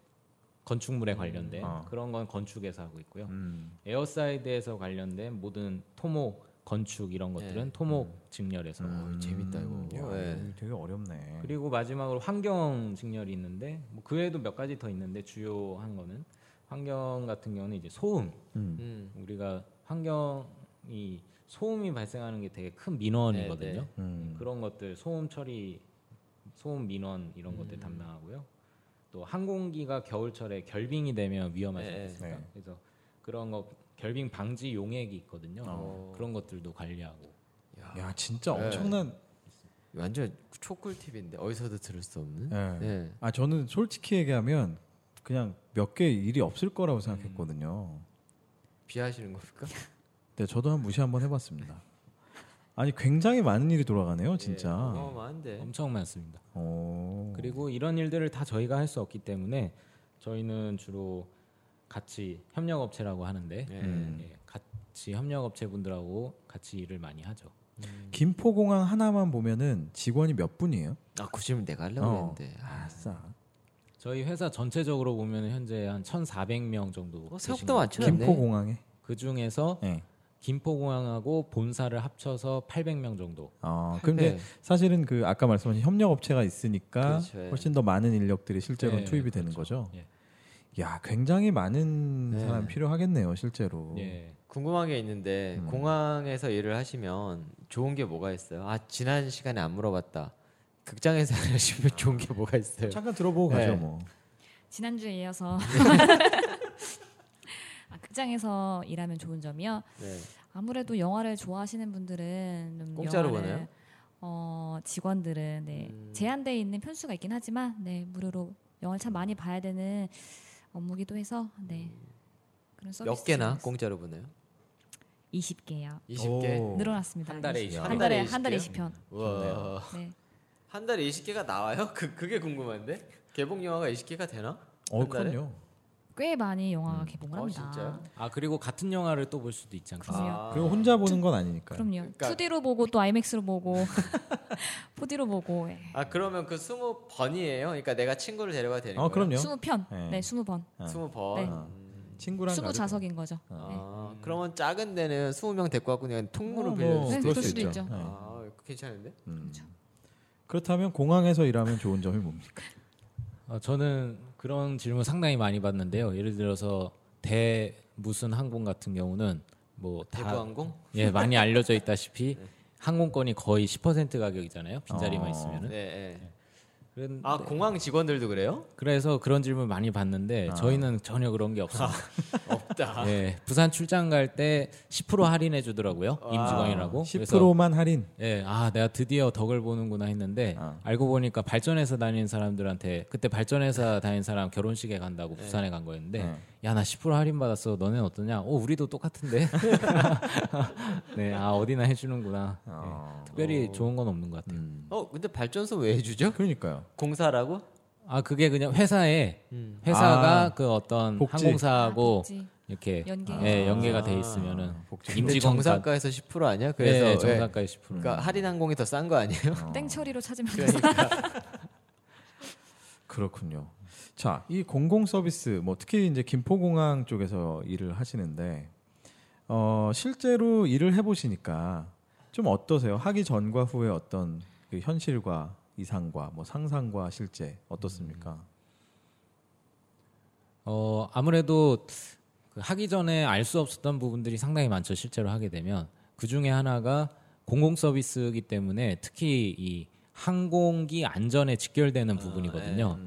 건축물에 관련된
아.
그런 건 건축에서 하고 있고요.
음.
에어사이드에서 관련된 모든 토목 건축 이런 것들은
네.
토목 직렬에서
음.
어, 재밌다, 이거.
야,
예.
이거 되게 어렵네.
그리고 마지막으로 환경 직렬이 있는데 뭐 그 외에도 몇 가지 더 있는데 주요한 거는 환경 같은 경우는 이제 소음
음.
음.
우리가 환경이 소음이 발생하는 게 되게 큰 민원이거든요.
네, 네.
음.
그런 것들 소음 처리, 소음 민원 이런 것들 담당하고요. 또 항공기가 겨울철에 결빙이 되면 위험하지
네,
않습니까?
네.
그래서 그런 거 결빙 방지 용액이 있거든요.
어.
그런 것들도 관리하고.
야,
야 진짜
예.
엄청난.
완전 초꿀팁인데 어디서도 들을 수 없는.
예.
네.
아 저는 솔직히 얘기하면 그냥 몇 개 일이 없을 거라고 생각했거든요.
비하시는 겁니까?
네, 저도 한 무시 한번 해봤습니다. 아니 굉장히 많은 일이 돌아가네요,
예.
진짜.
어, 많은데.
엄청 많습니다.
어.
오.
그리고 이런 일들을 다 저희가 할 수 없기 때문에 저희는 주로 같이 협력업체라고 하는데
예.
음.
예, 같이 협력업체분들하고 같이 일을 많이 하죠.
김포공항 하나만 보면은 직원이 몇 분이에요?
아, 그 질문 내가 하려고
어.
했는데. 아,
아싸.
저희 회사 전체적으로 보면 현재 한 1,400명 정도.
어, 생각보다 많지 않네.
김포공항에.
그 중에서
네.
김포공항하고 본사를 합쳐서 800명 정도.
아,
어, 근데
네.
사실은 그 아까 말씀하신 협력업체가 있으니까
그렇죠, 예.
훨씬 더 많은 인력들이 실제로
예,
투입이 되는 거죠. 야, 굉장히 많은
네.
사람 필요하겠네요, 실제로.
예.
궁금한 게 있는데
음.
공항에서 일을 하시면 좋은 게 뭐가 있어요? 아, 지난 시간에 안 물어봤다. 극장에서 일을 하시면 좋은 게 뭐가 있어요?
잠깐 들어보고 가죠,
네.
뭐.
지난주에 이어서 아, 극장에서 일하면 좋은 점이요.
네.
아무래도 영화를 좋아하시는 분들은 좀
공짜로
영화를,
보나요?
어, 직원들은 네.
음.
제한돼 있는 편수가 있긴 하지만 네, 무료로 영화를 참 많이 봐야 되는 업무기도 해서 네. 그런 서비스
몇 개나 공짜로 보내요?
20개요.
20개.
오.
늘어났습니다.
한 달에
20
20
한 달에 한 달에
20 개요?
20편.
와.
네.
한 달에 20개가 나와요? 그 그게 궁금한데. 개봉 영화가 20개가 되나?
어,
한 달에?
그럼요.
꽤 많이 영화 개봉을
어,
합니다.
진짜요?
아 그리고 같은 영화를 또 볼 수도 있지
아,
않습니까?
그럼요.
아,
아.
그리고 혼자 보는 건 아니니까요.
그럼요.
그러니까-
2D로 보고 또 IMAX로 보고 4D로 보고 예.
아, 그러면 그 20번이에요. 그러니까 내가 친구를 데려가야 되는
어,
거예요.
그럼요.
20편.
네.
네, 20번.
아.
20번.
네.
음.
친구랑
20좌석인 거죠. 네.
아, 그러면 작은 데는 20명 데리고 가고 그냥 통으로
어,
빌려
뭐,
줄
네,
수도
그럴
있어요.
수도 있죠.
네.
아, 괜찮은데?
그렇죠.
그렇다면 공항에서 일하면 좋은 점이 뭡니까?
어, 저는 그런 질문 상당히 많이 받는데요. 예를 들어서 대 무슨 항공 같은 경우는 뭐다
대구항공?
예, 많이 알려져 있다시피 항공권이 거의 10% 가격이잖아요. 빈자리만
어.
네.
있으면은.
네.
그런-
아, 공항 직원들도 그래요?
그래서 그런 질문 많이 받는데
아.
저희는 전혀 그런 게 없어요.
없다.
예, 부산 출장 갈 때 10% 할인해 주더라고요.
아,
임직원이라고. 그래서
10%만 할인.
예, 아 내가 드디어 덕을 보는구나 했는데
아.
알고 보니까 발전회사 다니는 사람들한테 그때 발전회사 다니는 사람 결혼식에 간다고
네.
부산에 간 거였는데
네.
야 나 10% 할인 받았어. 너네는 어떠냐? 어 우리도 똑같은데. 네, 아 어디나 해주는구나.
어.
특별히
어.
좋은 건 없는 것 같아요.
음.
어, 근데 발전소 왜 해주죠?
그러니까요.
공사라고?
아 그게 그냥 회사에
음.
회사가
아,
그 어떤
복지.
아,
항공사하고
복지.
이렇게
연계.
예, 연계가 돼
아,
있으면은
복지.
근데
임직원과
정상가에서 10% 아니야? 그래서
그래서
예.
네, 정상가의 10%.
그러니까 할인항공이 더 싼 거 아니에요?
어.
땡처리로 찾으면
그렇군요. 자, 이 공공 서비스 뭐 특히 이제 김포공항 쪽에서 일을 하시는데 어, 실제로 일을 해 보시니까 좀 어떠세요? 하기 전과 후에 어떤 그 현실과 이상과 뭐 상상과 실제
음,
어떻습니까?
어 아무래도 그 하기 전에 알 수 없었던 부분들이 상당히 많죠. 실제로 하게 되면 그 중에 하나가 공공 서비스이기 때문에 특히 이 항공기 안전에 직결되는
아, 음.
부분이거든요.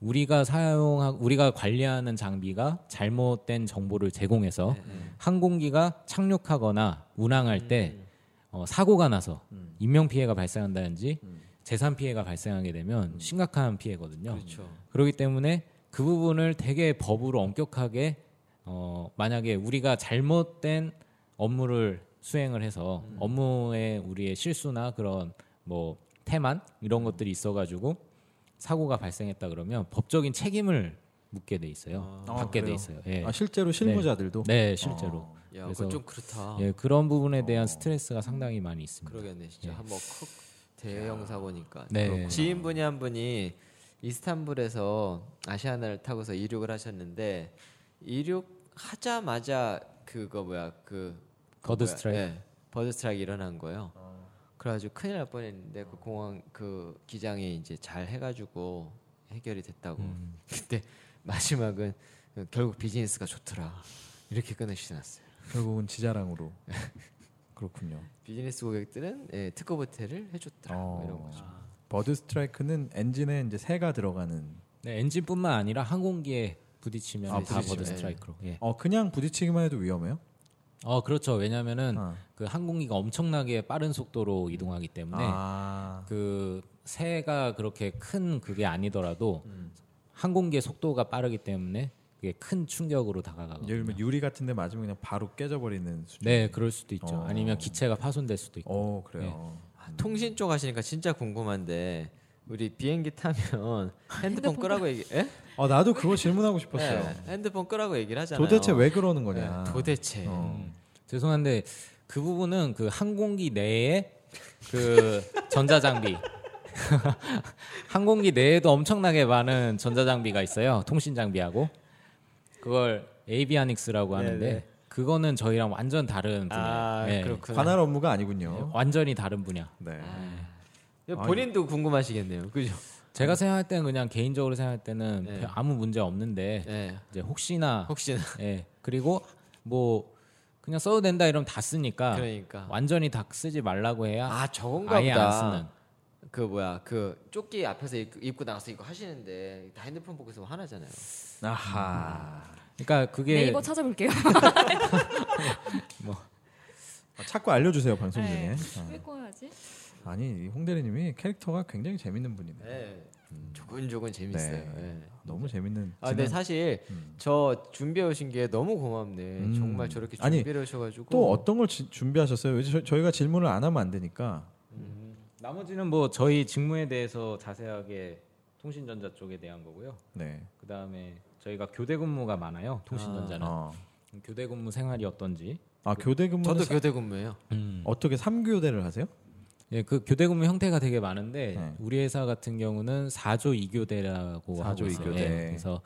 우리가 사용하고 우리가 관리하는 장비가 잘못된 정보를 제공해서
네.
항공기가 착륙하거나 운항할 때
음.
어, 사고가 나서 인명 피해가 발생한다든지
음.
재산 피해가 발생하게 되면 심각한 피해거든요.
그렇죠.
그렇기 때문에 그 부분을 되게 법으로 엄격하게 어, 만약에 우리가 잘못된 업무를 수행을 해서
음.
업무에 우리의 실수나 그런 뭐
음.
태만 이런 것들이 있어가지고 사고가 발생했다 그러면 법적인 책임을 묻게 돼 있어요.
아,
받게 돼
그래요?
있어요. 예.
아, 실제로 실무자들도
네, 실제로.
어.
야,
그래서-
그건 좀 그렇다.
예, 그런 부분에 대한
아, 어.
스트레스가 상당히 많이 있습니다.
그러겠네, 진짜
예.
한번 콕 대형 사고니까.
네.
그렇구나. 지인분이 한 분이 이스탄불에서 아시아나를 타고서 이륙을 하셨는데 이륙 하자마자 그거 뭐야 그
버드
뭐야,
스트라이크.
예, 버드 스트라이크 일어난 거예요. 그래가지고 큰일 날 뻔했는데 그 공항 그 기장이 이제 잘 해가지고 해결이 됐다고.
음.
근데 마지막은 결국 비즈니스가 좋더라 이렇게 끝내시났어요.
결국은 지자랑으로 그렇군요.
비즈니스 고객들은 예, 특급 호텔을 해줬더라 뭐
어.
이런 거죠.
버드 스트라이크는 엔진에 이제 새가 들어가는.
네, 엔진뿐만 아니라 항공기에 부딪히면
아,
다
부딪히면,
버드
예.
스트라이크로. 예.
어 그냥 부딪히기만 해도 위험해요?
어, 그렇죠. 왜냐면은
아.
그 항공기가 엄청나게 빠른 속도로 이동하기 때문에
아.
그 새가 그렇게 큰 그게 아니더라도
음.
항공기의 속도가 빠르기 때문에 그게 큰 충격으로 다가가거든요.
예를 들면 유리 같은데 맞으면 그냥 바로 깨져버리는 수준.
네, 그럴 수도 있죠.
어.
아니면 기체가 파손될 수도 있고.
어 그래요.
아, 통신 쪽 하시니까 진짜 궁금한데 우리 비행기 타면 아, 핸드폰 끄라고 얘기. 예?
아 나도 그거 질문하고 싶었어요.
예, 핸드폰 끄라고 얘기를 하잖아요.
도대체 왜 그러는 거냐.
예, 도대체.
어.
죄송한데 그 부분은 그 항공기 내에 그 전자장비 항공기 내에도 엄청나게 많은 전자장비가 있어요 통신 장비하고 그걸 에이비아닉스라고 하는데
네네.
그거는 저희랑 완전 다른 분야
아
예.
그렇구나.
관할 업무가 아니군요.
완전히 다른 분야
네.
본인도 궁금하시겠네요. 그죠?
제가 생각할 때는 그냥 개인적으로 생각할 때는
음. 네.
별- 아무 문제 없는데
예.
이제 혹시나
혹시나
예 그리고 뭐 그냥 써도 된다 이러면 다
아.
쓰니까
그러니까
완전히 다 쓰지 말라고 해야
아 저건가
아예
보다.
안 쓰는
그 뭐야 그 조끼 앞에서 입- 입고 나가서 이거 하시는데 다 핸드폰 보고 있으면 화나잖아요.
아하.
그러니까 그게
네이버 찾아볼게요.
아, 자꾸 알려주세요 방송 중에.
네.
아.
왜 꺼야지?
아니 홍대리님이 캐릭터가 굉장히 재밌는 분이네.
네. 조근조근 재밌어요.
네.
예.
너무 재밌는.
아, 근데
지난-
사실
음.
저 준비해 오신 게 너무 고맙네.
음.
정말 저렇게
아니,
준비를 오셔가지고
또 어떤 걸 지- 준비하셨어요? 왜 저, 희가 질문을 안 하면 안 되니까.
나머지는 뭐 저희 직무에 대해서 자세하게 통신전자 쪽에 대한 거고요.
네.
그 다음에 저희가 교대 근무가 많아요. 통신전자는 음,
어.
교대 근무 생활이 어떤지.
아 교대 근무.
저도 교대 근무예요.
어떻게 3교대를 하세요?
예, 그 교대 근무 형태가 되게 많은데
네.
우리 회사 같은 경우는 4조 2교대라고
4조
하고 있어요.
2교대.
예, 그래서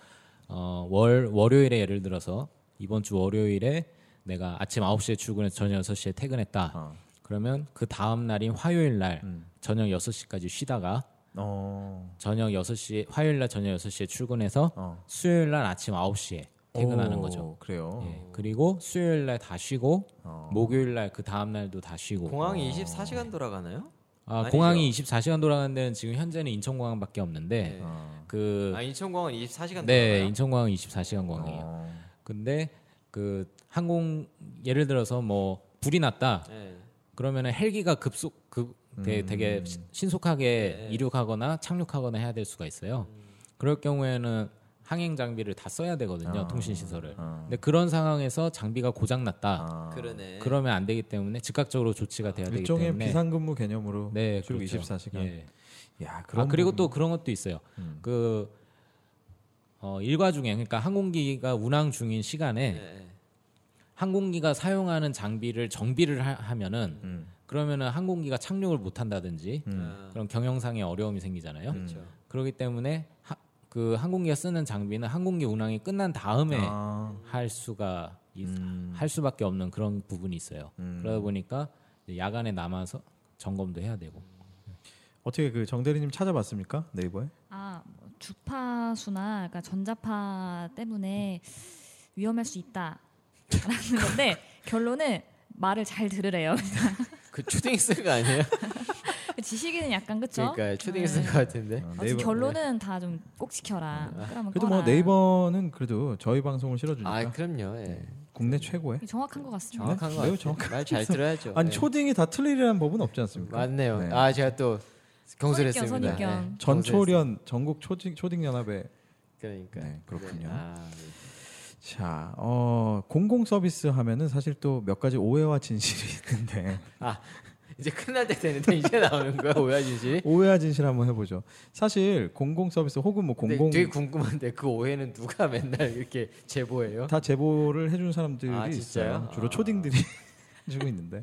어, 월 월요일에 예를 들어서 이번 주 월요일에 내가 아침 9시에 출근해서 저녁 6시에 퇴근했다.
어.
그러면 그 다음 날인 화요일 날
음.
저녁 6시까지 쉬다가
어.
저녁 6시 화요일 날 저녁 6시에 출근해서
어.
수요일 날 아침 9시에 퇴근하는
오,
거죠.
그래요.
예, 그리고 수요일 날 다 쉬고
어.
목요일 날 그 다음 날도 다 쉬고
공항이 24시간 돌아가나요?
아,
아니죠.
공항이 24시간 돌아가는 데는 지금 현재는 인천공항밖에 없는데
네.
어.
그
아 인천공항은 24시간
네,
돌아가요.
인천공항 24시간 공항이에요.
어.
근데 그 항공 예를 들어서 뭐 불이 났다.
네.
그러면은 헬기가 급속 급 되게,
음.
되게 시- 신속하게
네.
이륙하거나 착륙하거나 해야 될 수가 있어요. 그럴 경우에는 항행 장비를 다 써야 되거든요.
아.
통신 시설을.
어.
근데 그런 상황에서 장비가 고장 났다.
아.
그러네.
그러면 안 되기 때문에 즉각적으로 조치가 돼야 되기
일종의
때문에
비상근무 개념으로
네,
쭉 24시간.
예.
야,
아,
그런
그리고
부분-
또 그런 것도 있어요.
음.
그 어, 일과 중에 그러니까 항공기가 운항 중인 시간에
예,
네.
항공기가 사용하는 장비를 정비를 하, 면은
음.
그러면은 항공기가 착륙을 못 한다든지
음.
아,
그런 경영상의 어려움이 생기잖아요.
그렇죠.
그렇기 때문에 하- 그 항공기가 쓰는 장비는 항공기 운항이 끝난 다음에
아.
할 수가 있-
음.
할 수밖에 없는 그런 부분이 있어요.
음.
그러다 보니까 이제 야간에 남아서 점검도 해야 되고.
어떻게 그 정대리님 찾아봤습니까? 네이버에?
아 주파수나 그러니까 전자파 때문에 위험할 수 있다라는 건데 결론은 말을 잘 들으래요.
그 초등학생 아니에요?
지식인은 약간 그쵸? 네.
그러니까 초등학생 같은데.
어,
아무튼 결론은 다 좀 꼭 지켜라. 끄라면
그래도 뭐
꺼라.
네이버는 그래도 저희 방송을 실어주니까 네.
아 그럼요. 예.
국내 최고의 네?
정확한 것 같습니다.
정확한 거
매우
같아요. 말잘 들어야죠.
아니
예.
초딩이 다 틀리라는 법은 없지 않습니까?
맞네요.
네.
아 제가 또 경솔했습니다.
선입견, 선입견.
전초련 전국 초딩 초딩 연합회
그러니까
네, 그렇군요.
아,
자, 어, 공공 서비스 하면은 사실 또 몇 가지 오해와 진실이 있는데
아, 이제 끝날 때 되는데 이제 나오는 거야 오야 진실이?
오해와 진실 한번 해보죠. 사실 공공 서비스 혹은 뭐
근데
공공
되게 궁금한데 그 오해는 누가 맨날 이렇게 제보해요?
다 제보를 해준 사람들이
아, 진짜요?
있어요. 주로
아.
초딩들이 해주고 있는데.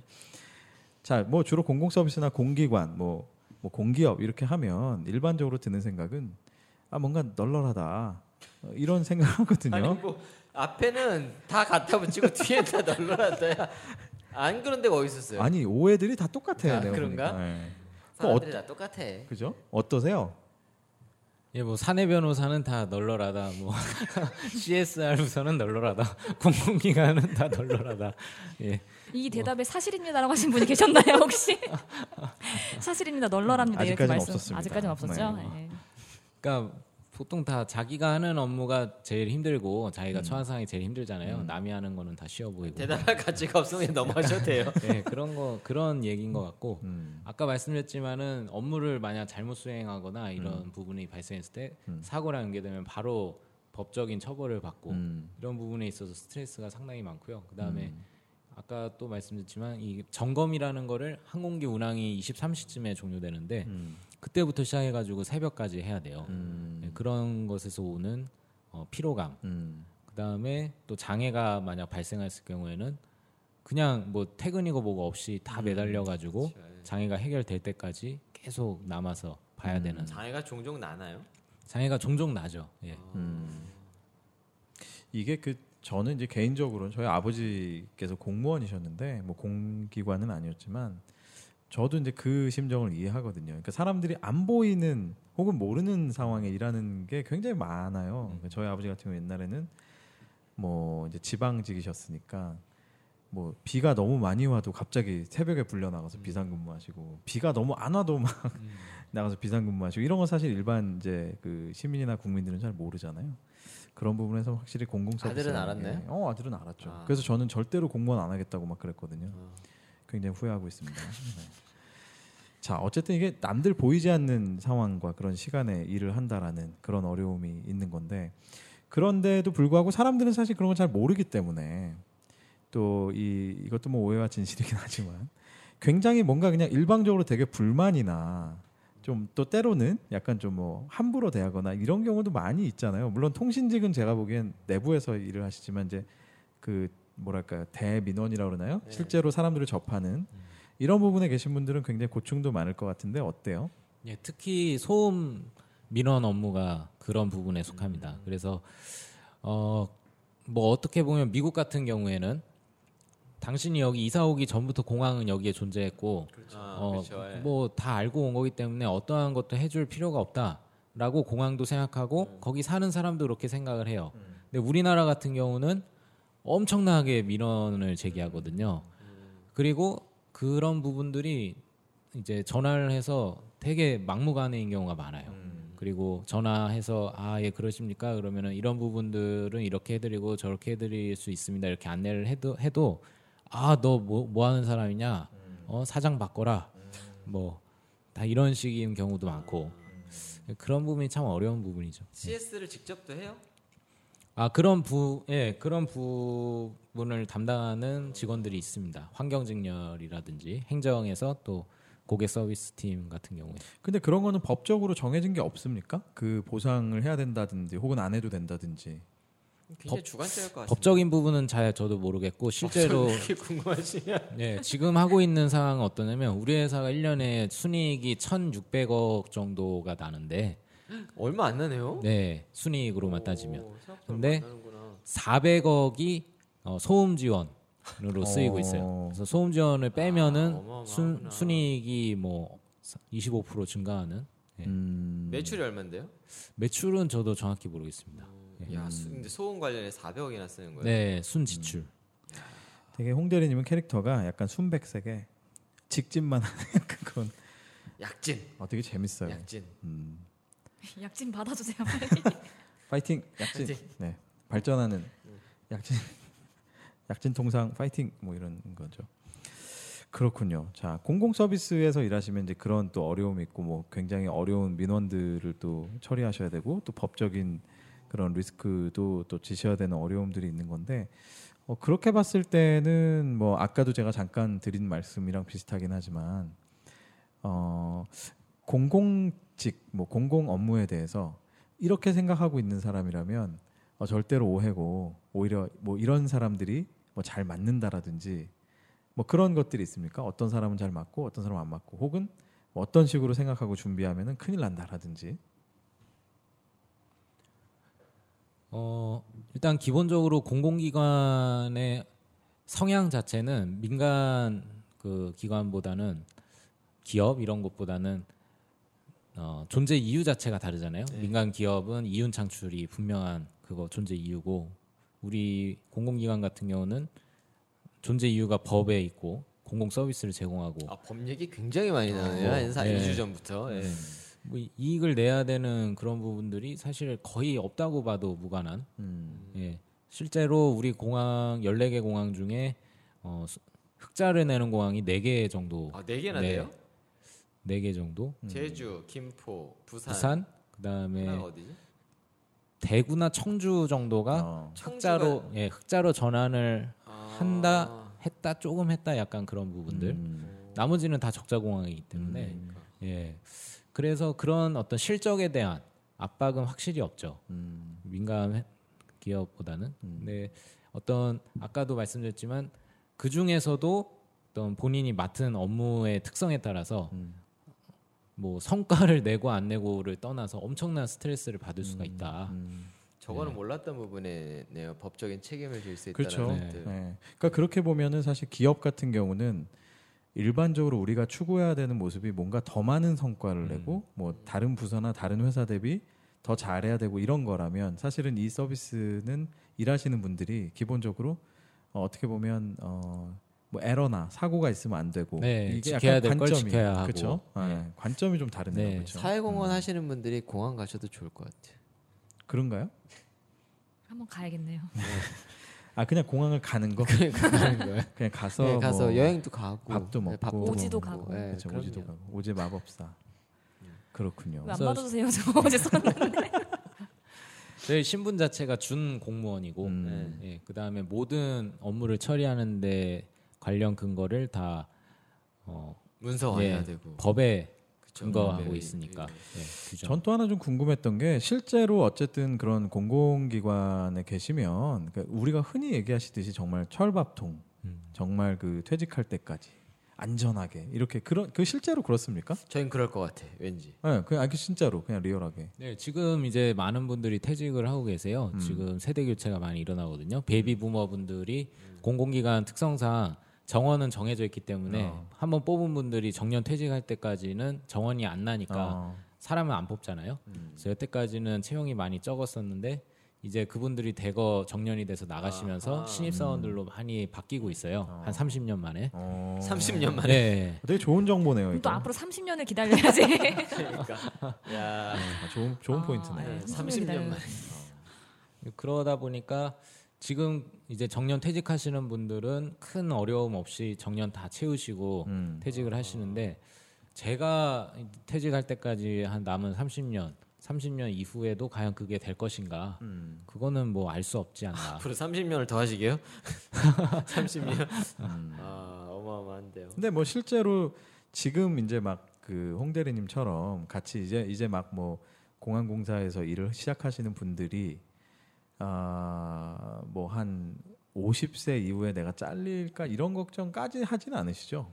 자, 뭐 주로 공공 서비스나 공기관, 뭐, 뭐 공기업 이렇게 하면 일반적으로 드는 생각은 아 뭔가 널널하다 어, 이런
아니
생각하거든요.
뭐 앞에는 다 갖다 붙이고 뒤에 다 널널하다야. 안 그런 데가 어디 있었어요?
아니 오해들이 다 똑같아요.
아,
내가
그런가?
보니까. 예.
사람들이 다 똑같아.
그죠? 어떠세요?
예, 뭐 사내 변호사는 다 널널하다. 뭐 CSR 부서는 널널하다. 공공기관은 다 널널하다. 예.
뭐.
이 대답에 사실입니다라고 하신 분이 계셨나요 혹시? 사실입니다. 널널합니다. 이렇게
아직까지는
말씀.
없었습니다.
아직까지는 없었죠.
네.
네.
그러니까 보통 다 자기가 하는 업무가 제일 힘들고
음.
자기가 처한 상황이 제일 힘들잖아요. 남이 하는 거는 다 쉬워 보이고.
대답할 가치가 없으면 넘어가셔도 돼요.
예, 그런 거 그런 얘기인 것 같고
음.
아까 말씀드렸지만은 업무를 만약 잘못 수행하거나 이런
음.
부분이 발생했을 때 사고랑 연계되면 바로 법적인 처벌을 받고
음.
이런 부분에 있어서 스트레스가 상당히 많고요. 그다음에 아까 또 말씀드렸지만 이 점검이라는 거를 항공기 운항이 23시쯤에
네.
종료되는데
음.
그때부터 시작해가지고 새벽까지 해야 돼요.
음.
네, 그런 것에서 오는 어, 피로감,
음.
그다음에 또 장애가 만약 발생했을 경우에는 그냥 뭐 퇴근이고 뭐고 없이 다 매달려가지고 장애가 해결될 때까지 계속 남아서 봐야 되는
장애가 종종 나나요? 어.
장애가 종종 나죠. 네, 예.
음. 이게 그 저는 이제 개인적으로는 저희 아버지께서 공무원이셨는데 뭐 공기관은 아니었지만 저도 이제 그 심정을 이해하거든요. 그러니까 사람들이 안 보이는 혹은 모르는 상황에 일하는 게 굉장히 많아요. 그러니까 저희 아버지 같은 경우 옛날에는 뭐 이제 지방직이셨으니까 뭐 비가 너무 많이 와도 갑자기 새벽에 불려
음.
나가서 비상근무하시고 비가 너무 안 와도 막 나가서 비상근무하시고 이런 건 사실 일반 이제 그 시민이나 국민들은 잘 모르잖아요. 그런 부분에서 확실히 공공 서비스
아들은 알았나요?
어 아들은 알았죠.
아.
그래서 저는 절대로 공무원 안 하겠다고 막 그랬거든요. 굉장히 후회하고 있습니다. 네. 자 어쨌든 이게 남들 보이지 않는 상황과 그런 시간에 일을 한다라는 그런 어려움이 있는 건데 그런데도 불구하고 사람들은 사실 그런 걸 잘 모르기 때문에 또 이 이것도 뭐 오해와 진실이긴 하지만 굉장히 뭔가 그냥 일방적으로 되게 불만이나 좀 또 때로는 약간 좀 뭐 함부로 대하거나 이런 경우도 많이 있잖아요. 물론 통신직은 제가 보기엔 내부에서 일을 하시지만 이제 그 뭐랄까 대민원이라고 그러나요?
네.
실제로 사람들을 접하는 이런 부분에 계신 분들은 굉장히 고충도 많을 것 같은데 어때요?
예, 특히 소음 민원 업무가 그런 부분에 속합니다. 그래서 어, 뭐 어떻게 보면 미국 같은 경우에는 당신이 여기 이사 오기 전부터 공항은 여기에 존재했고
아,
어,
그렇죠. 예.
뭐 다 알고 온 거기 때문에 어떠한 것도 해줄 필요가 없다라고 공항도 생각하고
음.
거기 사는 사람도 그렇게 생각을 해요. 근데 우리나라 같은 경우는 엄청나게 민원을 제기하거든요.
음.
그리고 그런 부분들이 이제 전화를 해서 되게 막무가내인 경우가 많아요.
음.
그리고 전화해서 아 예 그러십니까 그러면은 이런 부분들은 이렇게 해드리고 저렇게 해드릴 수 있습니다 이렇게 안내를 해도 해도 아 너 뭐 뭐 하는 사람이냐 어 사장 바꿔라 뭐 다 이런 식인 경우도 많고 그런 부분이 참 어려운 부분이죠.
CS를 직접도 해요?
아 그런 부예 그런 부분을 담당하는 직원들이 있습니다. 환경직렬이라든지 행정에서 또 고객 서비스 팀 같은 경우에
근데 그런 거는 법적으로 정해진 게 없습니까? 그 보상을 해야 된다든지 혹은 안 해도 된다든지.
굉장히 주관적일 것 같아요.
법적인 부분은 잘 저도 모르겠고 실제로
이렇게 궁금하시냐?
예, 지금 하고 있는 상황은 어떠냐면 우리 회사가 1년에 순이익이 1,600억 정도가 나는데
얼마 안 나네요.
네, 순이익으로만 따지면
오, 생각보다 얼마
근데
안 나는구나.
400억이 어, 소음 지원으로 쓰이고
어.
있어요. 그래서 소음 지원을 빼면은
아, 어마어마하구나.
순, 순이익이 뭐 25% 증가하는
음.
매출이 얼마인데요?
매출은 저도 정확히 모르겠습니다.
야, 수, 근데 소음 관련해 400억이나 쓰는 거예요.
예. 네, 순 지출.
되게 홍대리님은 캐릭터가 약간 순백색에 직진만 하는 그건
약진,
어, 되게
네.
재밌어요.
약진.
음.
예, 약진 받아주세요. 빨리.
파이팅 약진.
파이팅.
네 발전하는 약진 약진 통상 파이팅 뭐 이런 거죠. 그렇군요. 자 공공 서비스에서 일하시면 이제 그런 또 어려움이 있고 뭐 굉장히 어려운 민원들을 또 처리하셔야 되고 또 법적인 그런 리스크도 또 지셔야 되는 어려움들이 있는 건데 어, 그렇게 봤을 때는 뭐 아까도 제가 잠깐 드린 말씀이랑 비슷하긴 하지만 어, 공공직 뭐 공공 업무에 대해서 이렇게 생각하고 있는 사람이라면 어, 절대로 오해고 오히려 뭐 이런 사람들이 뭐 잘 맞는다라든지 뭐 그런 것들이 있습니까? 어떤 사람은 잘 맞고 어떤 사람은 안 맞고 혹은 뭐 어떤 식으로 생각하고 준비하면은 큰일 난다라든지
어, 일단 기본적으로 공공기관의 성향 자체는 민간 그 기관보다는 기업 이런 것보다는 어, 존재 이유 자체가 다르잖아요.
네.
민간 기업은 이윤 창출이 분명한 그거 존재 이유고 우리 공공기관 같은 경우는 존재 이유가 법에 있고 공공 서비스를 제공하고
아, 법 얘기 굉장히 많이 나오네요.
어,
한 사,
네.
2주 전부터. 예.
음.
뭐 이- 이익을 내야 되는 그런 부분들이 사실 거의 없다고 봐도 무관한
음,
예. 실제로 우리 공항 14개 공항 중에 어, 수- 흑자를 내는 공항이 4개 정도.
아, 네 개나
네.
돼요?
4개 정도.
음.
제주, 김포, 부산.
부산,
네.
하나가
그다음에
어디지?
대구나 청주 정도가
어.
흑자로 예, 흑자로 전환을
아,
한다. 했다 조금 했다 약간 그런 부분들.
음.
나머지는 다 적자 공항이기
네.
때문에
음. 그러니까.
예. 그래서 그런 어떤 실적에 대한 압박은 확실히 없죠.
음.
민감 기업보다는
음.
근데 네, 어떤 아까도 말씀드렸지만 그 중에서도 어떤 본인이 맡은 업무의 특성에 따라서
음.
뭐 성과를 내고 안 내고를 떠나서 엄청난 스트레스를 받을 수가 있다.
음.
저거는 몰랐던 부분이네요. 법적인 책임을 질 수 있다는
그렇죠.
것들.
네. 그러니까 그렇게 보면은 사실 기업 같은 경우는 일반적으로 우리가 추구해야 되는 모습이 뭔가 더 많은 성과를 내고 뭐 다른 부서나 다른 회사 대비 더 잘해야 되고 이런 거라면 사실은 이 서비스는 일하시는 분들이 기본적으로 어, 어떻게 보면 어, 뭐 에러나 사고가 있으면 안 되고
네, 지켜야 될걸 지켜야 하고.
그렇죠.
네.
관점이 좀 다르네요.
네.
그렇죠.
사회공헌 하시는 분들이 공항 가셔도 좋을 것 같아요.
그런가요?
한번 가야겠네요.
아 그냥 공항을 가는 거 그냥 가서
네, 가서
뭐
여행도 네, 가고
밥도 먹고.
오지도 가고.
예,
그렇죠.
그럼요.
오지도 가고. 오지 마법사. 그렇군요.
왜 안
그래서-
받아주세요? 저 어제 썼는데.
저희 신분 자체가 준 공무원이고
음.
예, 그다음에 모든 업무를 처리하는데 관련 근거를 다 어,
문서 와야
예,
네.
되고
법에
그쵸.
근거하고
네,
있으니까
네, 네.
예, 규정.
전 또 하나 좀 궁금했던 게 실제로 어쨌든 그런 공공기관에 계시면 그러니까 우리가 흔히 얘기하시듯이 정말 철밥통,
음.
정말 그 퇴직할 때까지 안전하게 이렇게 그런 그 실제로 그렇습니까?
저희는 그럴 것 같아. 왠지.
예, 그냥 아니, 진짜로 그냥 리얼하게.
네, 지금 이제 많은 분들이 퇴직을 하고 계세요.
음.
지금 세대 교체가 많이 일어나거든요. 베이비 부머분들이 공공기관 특성상 정원은 정해져 있기 때문에
어.
한번 뽑은 분들이 정년 퇴직할 때까지는 정원이 안 나니까
어,
사람을 안 뽑잖아요. 그래서 여태까지는 채용이 많이 적었었는데 이제 그분들이 대거 정년이 돼서 나가시면서
아하.
신입사원들로 많이 바뀌고 있어요.
어.
한 30년 만에.
어.
30년 만에.
네.
되게 좋은 정보네요.
그럼
이거.
또 앞으로 30년을 기다려야지.
야.
아, 좋은 좋은
아,
포인트네요.
네.
30년 만에.
그러다 보니까 지금 이제 정년 퇴직하시는 분들은 큰 어려움 없이 정년 다 채우시고
음.
퇴직을 하시는데 제가 퇴직할 때까지 한 남은 30년, 30년 이후에도 과연 그게 될 것인가?
음.
그거는 뭐 알 수 없지 않나.
앞으로 30년을 더 하시게요? 30년. 아, 어마어마한데요.
근데 뭐 실제로 지금 이제 막 그 홍대리님처럼 같이 이제 이제 막 뭐 공항공사에서 일을 시작하시는 분들이 아, 아뭐한 50세 이후에 내가 잘릴까 이런 걱정까지 하진 않으시죠?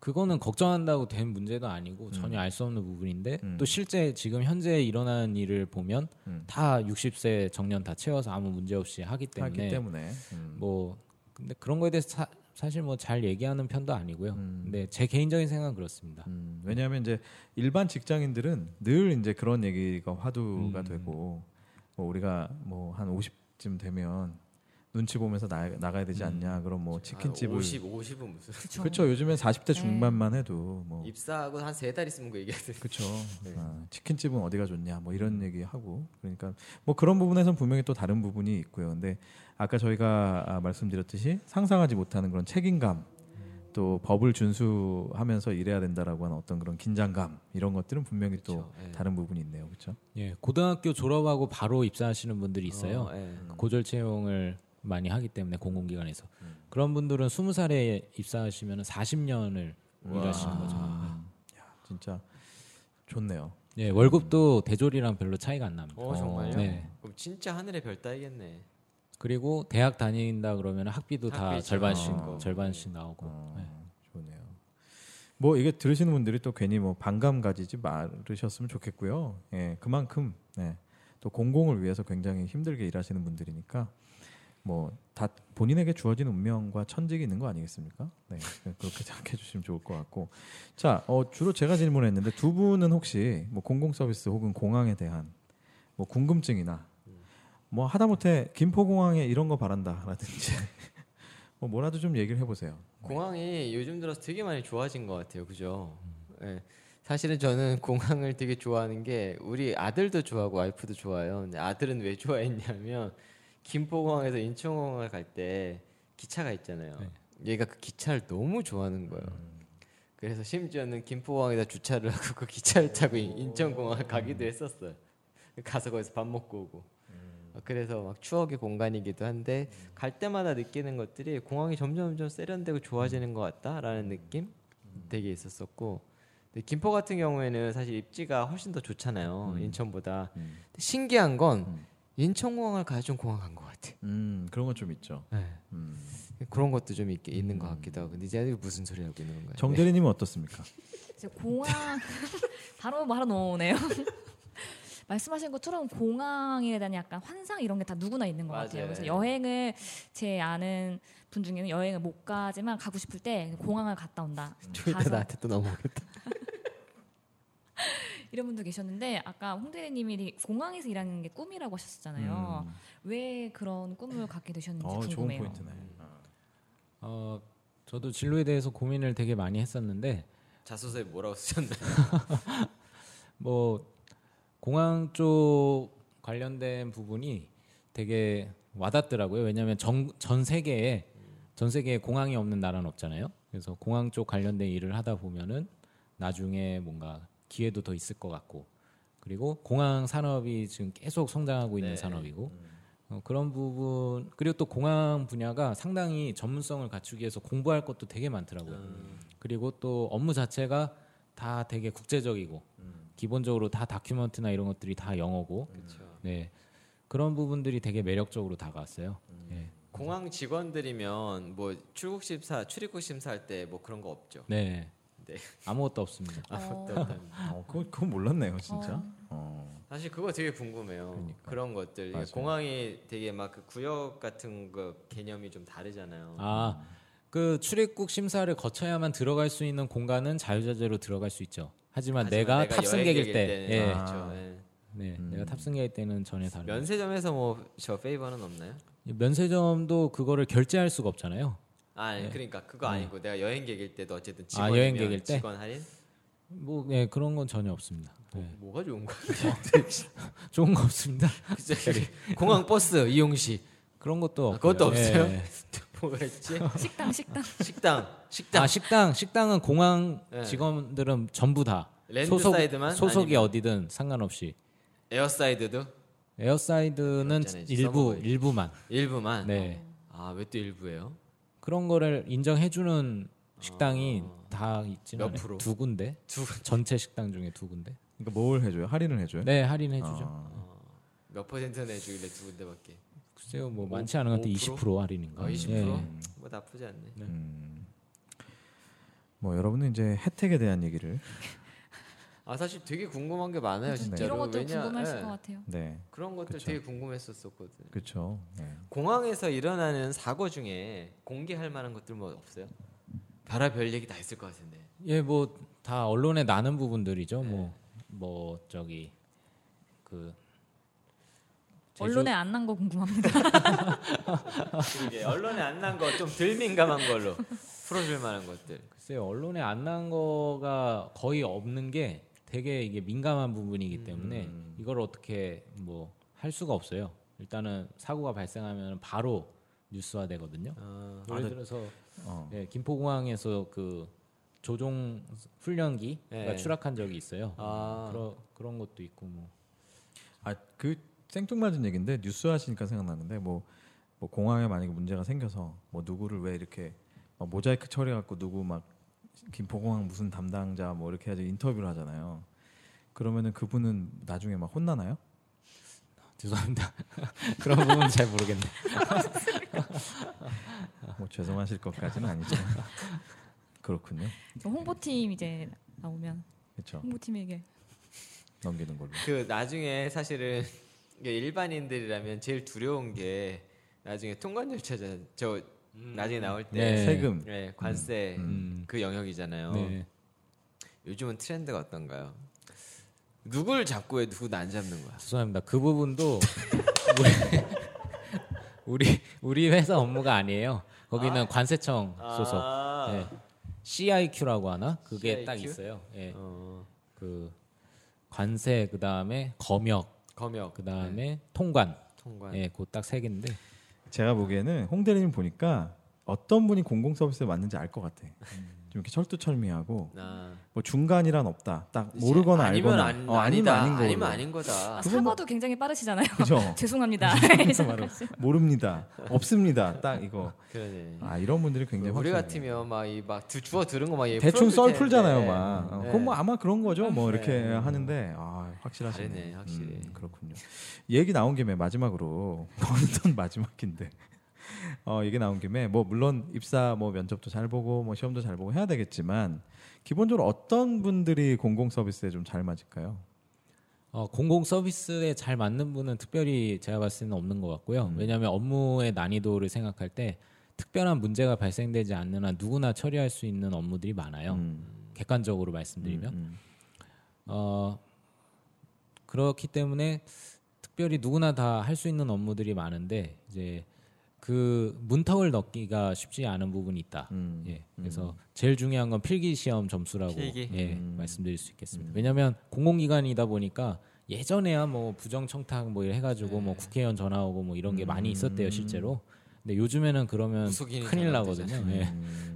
그거는 걱정한다고 된 문제도 아니고 전혀 알 수 없는 부분인데
음.
또 실제 지금 현재 일어나는 일을 보면
음.
다 60세 정년 다 채워서 아무 문제 없이 하기 때문에
하기 때문에 음.
뭐 근데 그런 거에 대해서 사, 실 뭐 잘 얘기하는 편도 아니고요.
음.
근데 제 개인적인 생각은 그렇습니다.
음, 왜냐하면 이제 일반 직장인들은 늘 이제 그런 얘기가 화두가 되고 뭐 우리가 뭐 한 50쯤 되면 눈치 보면서 나, 나가야 되지 않냐 그럼 뭐 치킨집을
아, 50, 50은 무슨.
그쵸.
그렇죠. 요즘엔 40대
네.
중반만 해도 뭐
입사하고 한 세 달 있으면 그 얘기하세요.
그렇죠.
네.
아, 치킨집은 어디가 좋냐 뭐 이런 얘기 하고 그러니까 뭐 그런 부분에선 분명히 또 다른 부분이 있고요. 근데 아까 저희가 아, 말씀드렸듯이 상상하지 못하는 그런 책임감
음.
또 법을 준수하면서 일해야 된다라고 하는 어떤 그런 긴장감 이런 것들은 분명히
그렇죠.
또
네.
다른 부분이 있네요. 그렇죠?
예, 고등학교 졸업하고 바로 입사하시는 분들이 있어요.
어, 예.
그 고졸 채용을 많이 하기 때문에 공공기관에서
음.
그런 분들은 20살에 입사하시면 40년을 일하시는 거죠.
야, 진짜 좋네요.
네, 월급도 대졸이랑 별로 차이가 안 납니다.
음. 어 정말요?
네.
그럼 진짜 하늘의 별 따이겠네.
그리고 대학 다닌다 그러면 학비도 다
학비 어.
절반씩
절반.
절반씩 나오고
어,
네.
좋네요. 뭐 이게 들으시는 분들이 또 괜히 뭐 반감 가지지 말으셨으면 좋겠고요. 예, 그만큼 예, 또 공공을 위해서 굉장히 힘들게 일하시는 분들이니까 뭐 다 본인에게 주어진 운명과 천직이 있는 거 아니겠습니까? 네, 그렇게 생각해 주시면 좋을 것 같고, 자, 어, 주로 제가 질문했는데 두 분은 혹시 뭐 공공 서비스 혹은 공항에 대한 뭐 궁금증이나 뭐 하다못해 김포공항에 이런 거 바란다라든지 뭐 뭐라도 좀 얘기를 해보세요.
공항이 요즘 들어서 되게 많이 좋아진 것 같아요. 그죠? 예. 사실은 저는 공항을 되게 좋아하는 게 우리 아들도 좋아하고 와이프도 좋아요. 근데 아들은 왜 좋아했냐면 김포공항에서 인천공항을 갈 때 기차가 있잖아요. 얘가 그 기차를 너무 좋아하는 거예요. 그래서 심지어는 김포공항에다 주차를 하고 그 기차를 타고 인- 인천공항을 가기도 했었어요. 가서 거기서 밥 먹고 오고. 그래서 막 추억의 공간이기도 한데 갈 때마다 느끼는 것들이 공항이 점점점 세련되고 좋아지는 것 같다라는 느낌 되게 있었었고 근데 김포 같은 경우에는 사실 입지가 훨씬 더 좋잖아요 인천보다
음.
근데 신기한 건
음.
인천공항을 가야좀 공항 간 것 같아
음 그런 건 좀 있죠.
네.
음.
그런 것도 좀 있, 있는 것 같기도 하고 근데 이제 무슨 소리 하고 있는 건가요? 네.
정대리님은 어떻습니까?
이제 공항 바로 말아 놓으네요. 말씀하신 것처럼 공항에 대한 약간 환상 이런 게 다 누구나 있는 것 같아요.
맞아요.
그래서 여행을 제 아는 분 중에는 여행을 못 가지만 가고 싶을 때 공항을 갔다 온다.
음.
좀 이따
가서
나한테 또 넘어오겠다
이런 분도 계셨는데 아까 홍대리님이 공항에서 일하는 게 꿈이라고 하셨잖아요.
음.
왜 그런 꿈을 갖게 되셨는지
어 좋은
궁금해요. 음.
포인트네.
어, 저도 진로에 대해서 고민을 되게 많이 했었는데
자소서에 뭐라고 쓰셨나요?
뭐 공항 쪽 관련된 부분이 되게 와닿더라고요. 왜냐하면 전, 전 세계에 전 세계에 공항이 없는 나라는 없잖아요. 그래서 공항 쪽 관련된 일을 하다 보면은 나중에 뭔가 기회도 더 있을 것 같고 그리고 공항 산업이 지금 계속 성장하고 있는
네.
산업이고 어, 그런 부분 그리고 또 공항 분야가 상당히 전문성을 갖추기 위해서 공부할 것도 되게 많더라고요.
음.
그리고 또 업무 자체가 다 되게 국제적이고 기본적으로 다 다큐멘트나 이런 것들이 다 영어고
그렇죠
네 그런 부분들이 되게 매력적으로 다가왔어요. 네.
공항 직원들이면 뭐 출국 심사, 출입국 심사할 때 뭐 그런 거 없죠.
네.
네.
아무것도 없습니다.
아,
어.
어떤- 어떤-
어 그건, 그건 몰랐네요 진짜. 어.
사실 그거 되게 궁금해요.
그러니까.
그런 것들 이게
맞아요.
공항이 되게 막 그 구역 같은 거 개념이 좀 다르잖아요.
아 그 출입국 심사를 거쳐야만 들어갈 수 있는 공간은 자유자재로 들어갈 수 있죠. 하지만, 내가, 탑승객일 때, 예.
아.
그렇죠. 예.
네,
음.
내가 탑승객일 때는 전혀 다른.
면세점에서 뭐 저 페이버는 없나요?
면세점도 그거를 결제할 수가 없잖아요.
아 아니, 그러니까 그거 아니고 내가 여행객일 때도 어쨌든
네. 아,
직원이면
여행객일 때?
직원 할인
뭐 예, 그런 건 전혀 없습니다.
뭐,
네. 어,
뭐가 좋은 거야?
좋은 거 없습니다.
그죠? 공항 버스 이용 시
그런 것도
아, 그것도
없고요.
없어요?
예.
뭐랬지?
식당 식당
식당 식당
아 식당 식당은 공항
예.
직원들은 전부 다
랜드
소속
사이드만?
소속이 어디든 상관없이
에어사이드도
에어사이드는
없잖아요, 이제
일부
써먹어야지.
일부만
일부만.
네
아 왜 또 일부예요?
그런 거를 인정해주는 식당이 다 있지만
아. 몇 프로?
두 군데 전체 식당 중에 두 군데
그러니까 뭘 해줘요? 할인을 해줘요?
네 할인해주죠
아,
어, 몇 퍼센트 내주길래 두 군데밖에.
글쎄요 뭐
오-
많지 않은 것 같아
5%?
20% 할인인가
아 20%?
예.
뭐 나쁘지 않네.
음. 뭐 여러분은 이제 혜택에 대한 얘기를.
아 사실 되게 궁금한 게 많아요 진짜로.
이런 것도
왜냐,
궁금하실
예.
것 같아요.
네,
그렇죠. 그런 것들
그쵸.
되게 궁금했었었거든.
그렇죠. 네.
공항에서 일어나는 사고 중에 공개할 만한 것들 뭐 없어요? 별의별 얘기 다 있을 것 같은데.
예 뭐 다 언론에 나는 부분들이죠 뭐 뭐
네.
저기 그 제주-
언론에 안 난 거 궁금합니다.
그러게 언론에 안 난 거 좀 덜 민감한 걸로 풀어줄 만한 것들.
글쎄요 언론에 안 난 거가 거의 없는 게 되게 이게 민감한 부분이기 때문에
음.
이걸 어떻게 뭐 할 수가 없어요. 일단은 사고가 발생하면 바로 뉴스화 되거든요.
어,
예를 들어서
어.
예, 김포공항에서 그 조종 훈련기가
네.
추락한 적이 있어요.
아.
그런 그런 것도 있고 뭐
아, 그 아그 생뚱맞은 얘기인데 뉴스 하시니까 생각나는데 뭐 뭐 공항에 만약에 문제가 생겨서 뭐 누구를 왜 이렇게 막 모자이크 처리해갖고 누구 막 김포공항 무슨 담당자 뭐 이렇게 해야지 인터뷰를 하잖아요. 그러면은 그분은 나중에 막 혼나나요?
죄송합니다. 그런 부분은 잘 모르겠네.
뭐 죄송하실 것까지는 아니지만 그렇군요.
저 홍보팀 이제 나오면
그렇죠.
홍보팀에게
넘기는 걸로.
그 나중에 사실은 이게 일반인들이라면 제일 두려운 게 나중에 통관 절차잖아요. 저 나중에 나올 때
네.
세금.
음. 네, 관세
음.
그 영역이잖아요.
네.
요즘은 트렌드가 어떤가요? 누굴 잡고 왜 누구 안 잡는 거야?
죄송합니다. 그 부분도 우리 우리 우리 회사 업무가 아니에요. 거기는 관세청 소속
아.
네. CIQ라고 하나 그게 딱
CIQ?
있어요. 예.
어,
그 관세 그 다음에 검역
검역
그 다음에 통관
통관.
예, 그딱 세 개인데
제가 보기에는 홍 대리님 보니까 어떤 분이 공공 서비스에 맞는지 알 것 같아. 좀 이렇게 철두철미하고
아,
뭐 중간이란 없다. 딱 모르거나
아니면
알거나
아니,
어, 아니면
아니다.
아닌 뭐 거.
아니면 아닌 거다.
아, 사과도 굉장히 빠르시잖아요.
그죠.
죄송합니다.
그 모릅니다. 없습니다. 딱 이거.
그러네.
아 이런 분들이 굉장히
우리
확실해요.
같으면 막 이막 주워 들은 거막
대충 썰 풀잖아요, 막. 어,
예, 네.
그건 뭐 아마 그런 거죠. 뭐 이렇게
네.
하는데 아, 확실하시네. 음,
다르네, 확실히.
그렇군요. 얘기 나온 김에 마지막으로 어떤 마지막인데. 어, 얘기 나온 김에 뭐 물론 입사 뭐 면접도 잘 보고 뭐 시험도 잘 보고 해야 되겠지만 기본적으로 어떤 분들이 공공 서비스에 좀 잘 맞을까요?
어, 공공 서비스에 잘 맞는 분은 특별히 제가 봤을 때는 없는 것 같고요.
음.
왜냐하면 업무의 난이도를 생각할 때 특별한 문제가 발생되지 않는 한 누구나 처리할 수 있는 업무들이
네,
많아요.
음,
객관적으로 말씀드리면
음,
어, 그렇기 때문에 특별히 누구나 다 할 수 있는 업무들이 많은데 이제 그 문턱을 넣기가 쉽지 않은 부분이 있다.
음.
예, 그래서 제일 중요한 건 필기 시험 점수라고
필기. 음.
예, 말씀드릴 수 있겠습니다. 왜냐하면 공공기관이다 보니까 예전에야 뭐 부정청탁 뭐 이래 해가지고
네.
뭐 국회의원 전화 오고 뭐
음.
이런 게 많이 있었대요 실제로. 근데 요즘에는 그러면
무속인이
큰일
전화 안 음. 네.
나거든요. 예.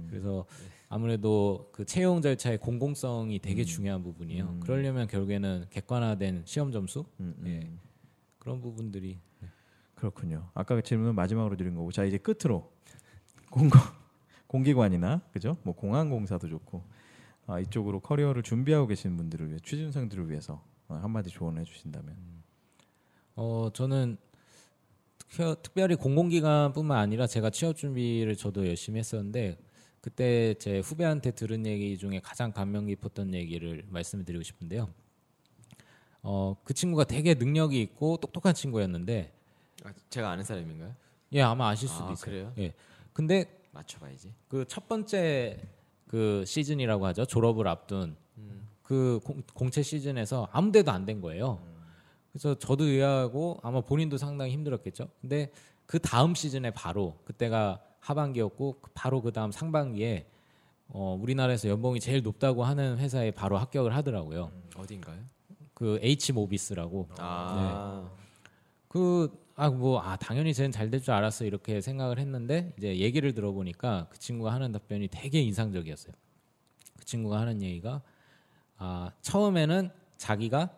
그래서 아무래도 그 채용 절차의 공공성이
음.
되게 중요한 부분이에요. 그러려면 결국에는 객관화된 시험 점수
음, 음.
예. 그런 부분들이
그렇군요. 아까 그 질문은 마지막으로 드린 거고, 자 이제 끝으로 공공 공기관이나 그죠? 뭐 공항공사도 좋고 아, 이쪽으로 커리어를 준비하고 계신 분들을 위해 취준생들을 위해서 어, 한마디 조언해 주신다면
어 저는 특- 특별히 공공기관뿐만 아니라 제가 취업 준비를 저도 열심히 했었는데 그때 제 후배한테 들은 얘기 중에 가장 감명 깊었던 얘기를 말씀드리고 싶은데요. 어 그 친구가 되게 능력이 있고 똑똑한 친구였는데
아, 제가 아는 사람인가요?
예 아마 아실 수도
아,
있어요.
그래요?
예. 근데
맞춰봐야지.
그 첫 번째 그 시즌이라고 하죠. 졸업을 앞둔 그 공, 채 시즌에서 아무 데도 안 된 거예요. 그래서 저도 의아하고 아마 본인도 상당히 힘들었겠죠. 근데 그 다음 시즌에 바로 그때가 하반기였고 그 바로 그 다음 상반기에 어, 우리나라에서 연봉이 제일 높다고 하는 회사에 바로 합격을 하더라고요.
어딘가요?
음.
그 H 모비스라고
아,
네.
그 아 뭐 아 당연히 쟤는 잘 될 줄 알았어 이렇게 생각을 했는데 이제 얘기를 들어보니까 그 친구가 하는 답변이 되게 인상적이었어요. 그 친구가 하는 얘기가 아 처음에는 자기가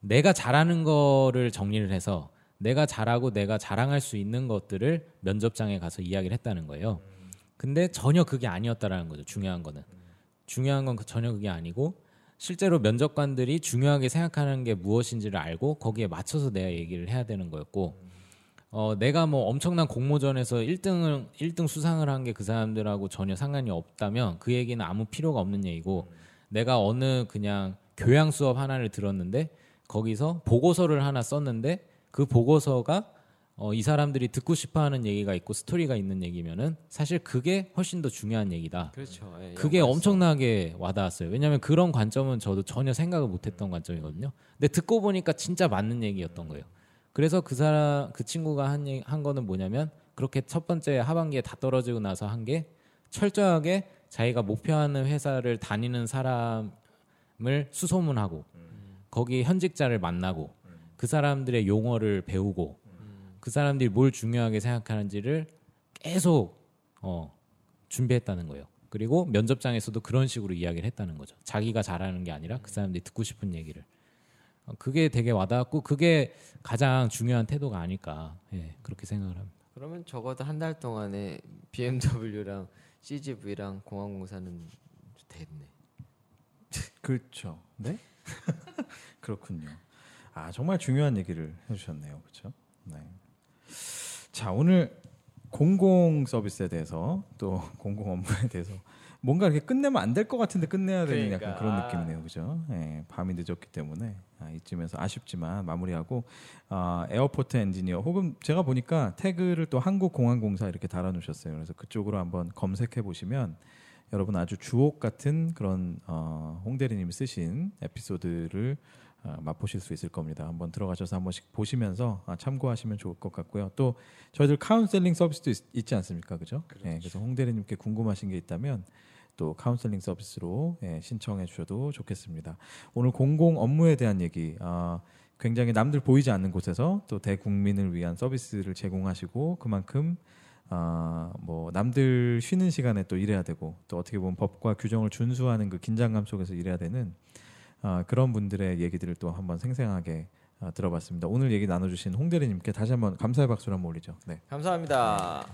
내가 잘하는 거를 정리를 해서 내가 잘하고 내가 자랑할 수 있는 것들을 면접장에 가서 이야기를 했다는 거예요. 근데 전혀 그게 아니었다라는 거죠. 중요한 거는 중요한 건 그- 전혀 그게 아니고 실제로 면접관들이 중요하게 생각하는 게 무엇인지를 알고 거기에 맞춰서 내가 얘기를 해야 되는 거였고 어, 내가 뭐 엄청난 공모전에서 1등을 1등 수상을 한 게 그 사람들하고 전혀 상관이 없다면 그 얘기는 아무 필요가 없는 얘기고 내가 어느 그냥 교양 수업 하나를 들었는데 거기서 보고서를 하나 썼는데 그 보고서가 어, 이 사람들이 듣고 싶어하는 얘기가 있고 스토리가 있는 얘기면은 사실 그게 훨씬 더 중요한 얘기다.
그렇죠. 예,
그게
연관성.
엄청나게 와닿았어요. 왜냐하면 그런 관점은 저도 전혀 생각을 못했던 관점이거든요. 근데 듣고 보니까 진짜 맞는 얘기였던 거예요. 그래서 그 사람 그 친구가 한, 얘기- 한 거는 뭐냐면 그렇게 첫 번째 하반기에 다 떨어지고 나서 한 게 철저하게 자기가 목표하는 회사를 다니는 사람을 수소문하고 거기 현직자를 만나고 그 사람들의 용어를 배우고 그 사람들이 뭘 중요하게 생각하는지를 계속 어, 준비했다는 거예요. 그리고 면접장에서도 그런 식으로 이야기를 했다는 거죠. 자기가 잘하는 게 아니라 그 사람들이 듣고 싶은 얘기를. 어, 그게 되게 와닿았고 그게 가장 중요한 태도가 아닐까 예, 그렇게 생각을 합니다.
그러면 적어도 한 달 동안에 BMW랑 CGV랑 공항공사는 됐네.
그렇죠. 네? 그렇군요. 아 정말 중요한 얘기를 해주셨네요. 그렇죠? 네. 자 오늘 공공 서비스에 대해서 또 공공 업무에 대해서 뭔가 이렇게 끝내면 안 될 것 같은데 끝내야 되는
그러니까.
약간 그런
아.
느낌이네요, 그죠? 예, 밤이 늦었기 때문에 아, 이쯤에서 아쉽지만 마무리하고 아, 에어포트 엔지니어 혹은 제가 보니까 태그를 또 한국공항공사 이렇게 달아놓으셨어요. 그래서 그쪽으로 한번 검색해 보시면 여러분 아주 주옥 같은 그런 어, 홍대리님이 쓰신 에피소드를 어, 맛보실 수 있을 겁니다. 한번 들어가셔서 한번씩 보시면서 아, 참고하시면 좋을 것 같고요. 또 저희들 카운셀링 서비스도 있, 지 않습니까, 그죠? 그 그래서 홍대리님께 궁금하신 게 있다면 또 카운셀링 서비스로 예, 신청해 주셔도 좋겠습니다. 오늘 공공 업무에 대한 얘기. 아, 굉장히 남들 보이지 않는 곳에서 또 대국민을 위한 서비스를 제공하시고 그만큼 아, 뭐 남들 쉬는 시간에 또 일해야 되고 또 어떻게 보면 법과 규정을 준수하는 그 긴장감 속에서 일해야 되는 아, 그런 분들의 얘기들을 또 한번 생생하게 아, 들어봤습니다. 오늘 얘기 나눠주신 홍대리님께 다시 한번 감사의 박수를 한번 올리죠. 네.
감사합니다.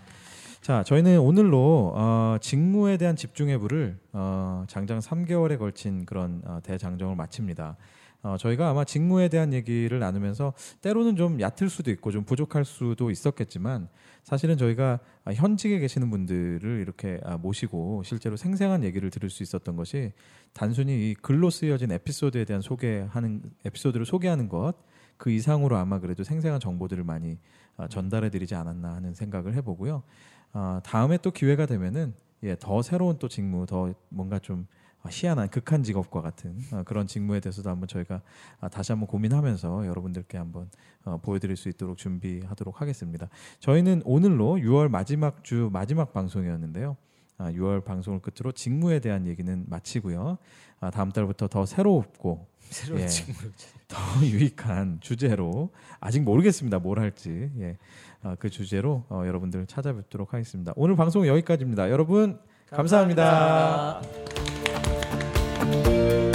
자, 저희는 오늘로 어, 직무에 대한 집중해부를 어, 장장 3개월에 걸친 그런 어, 대장정을 마칩니다. 어, 저희가 아마 직무에 대한 얘기를 나누면서 때로는 좀 얕을 수도 있고 좀 부족할 수도 있었겠지만 사실은 저희가 아, 현직에 계시는 분들을 이렇게 아, 모시고 실제로 생생한 얘기를 들을 수 있었던 것이 단순히 이 글로 쓰여진 에피소드에 대한 소개하는 에피소드를 소개하는 것 그 이상으로 아마 그래도 생생한 정보들을 많이 아, 전달해드리지 않았나 하는 생각을 해보고요. 아, 다음에 또 기회가 되면은 예, 더 새로운 또 직무, 더 뭔가 좀 아, 희한한 극한 직업과 같은 아, 그런 직무에 대해서도 한번 저희가 아, 다시 한번 고민하면서 여러분들께 한번 어, 보여드릴 수 있도록 준비하도록 하겠습니다. 저희는 오늘로 6월 마지막 주 마지막 방송이었는데요. 아, 6월 방송을 끝으로 직무에 대한 얘기는 마치고요. 아, 다음 달부터 더 새롭고
새로운
예.
직무를
더 유익한 주제로 아직 모르겠습니다. 뭘 할지 예. 아, 그 주제로 어, 여러분들 찾아뵙도록 하겠습니다. 오늘 방송 은 여기까지입니다. 여러분 감사합니다.
감사합니다.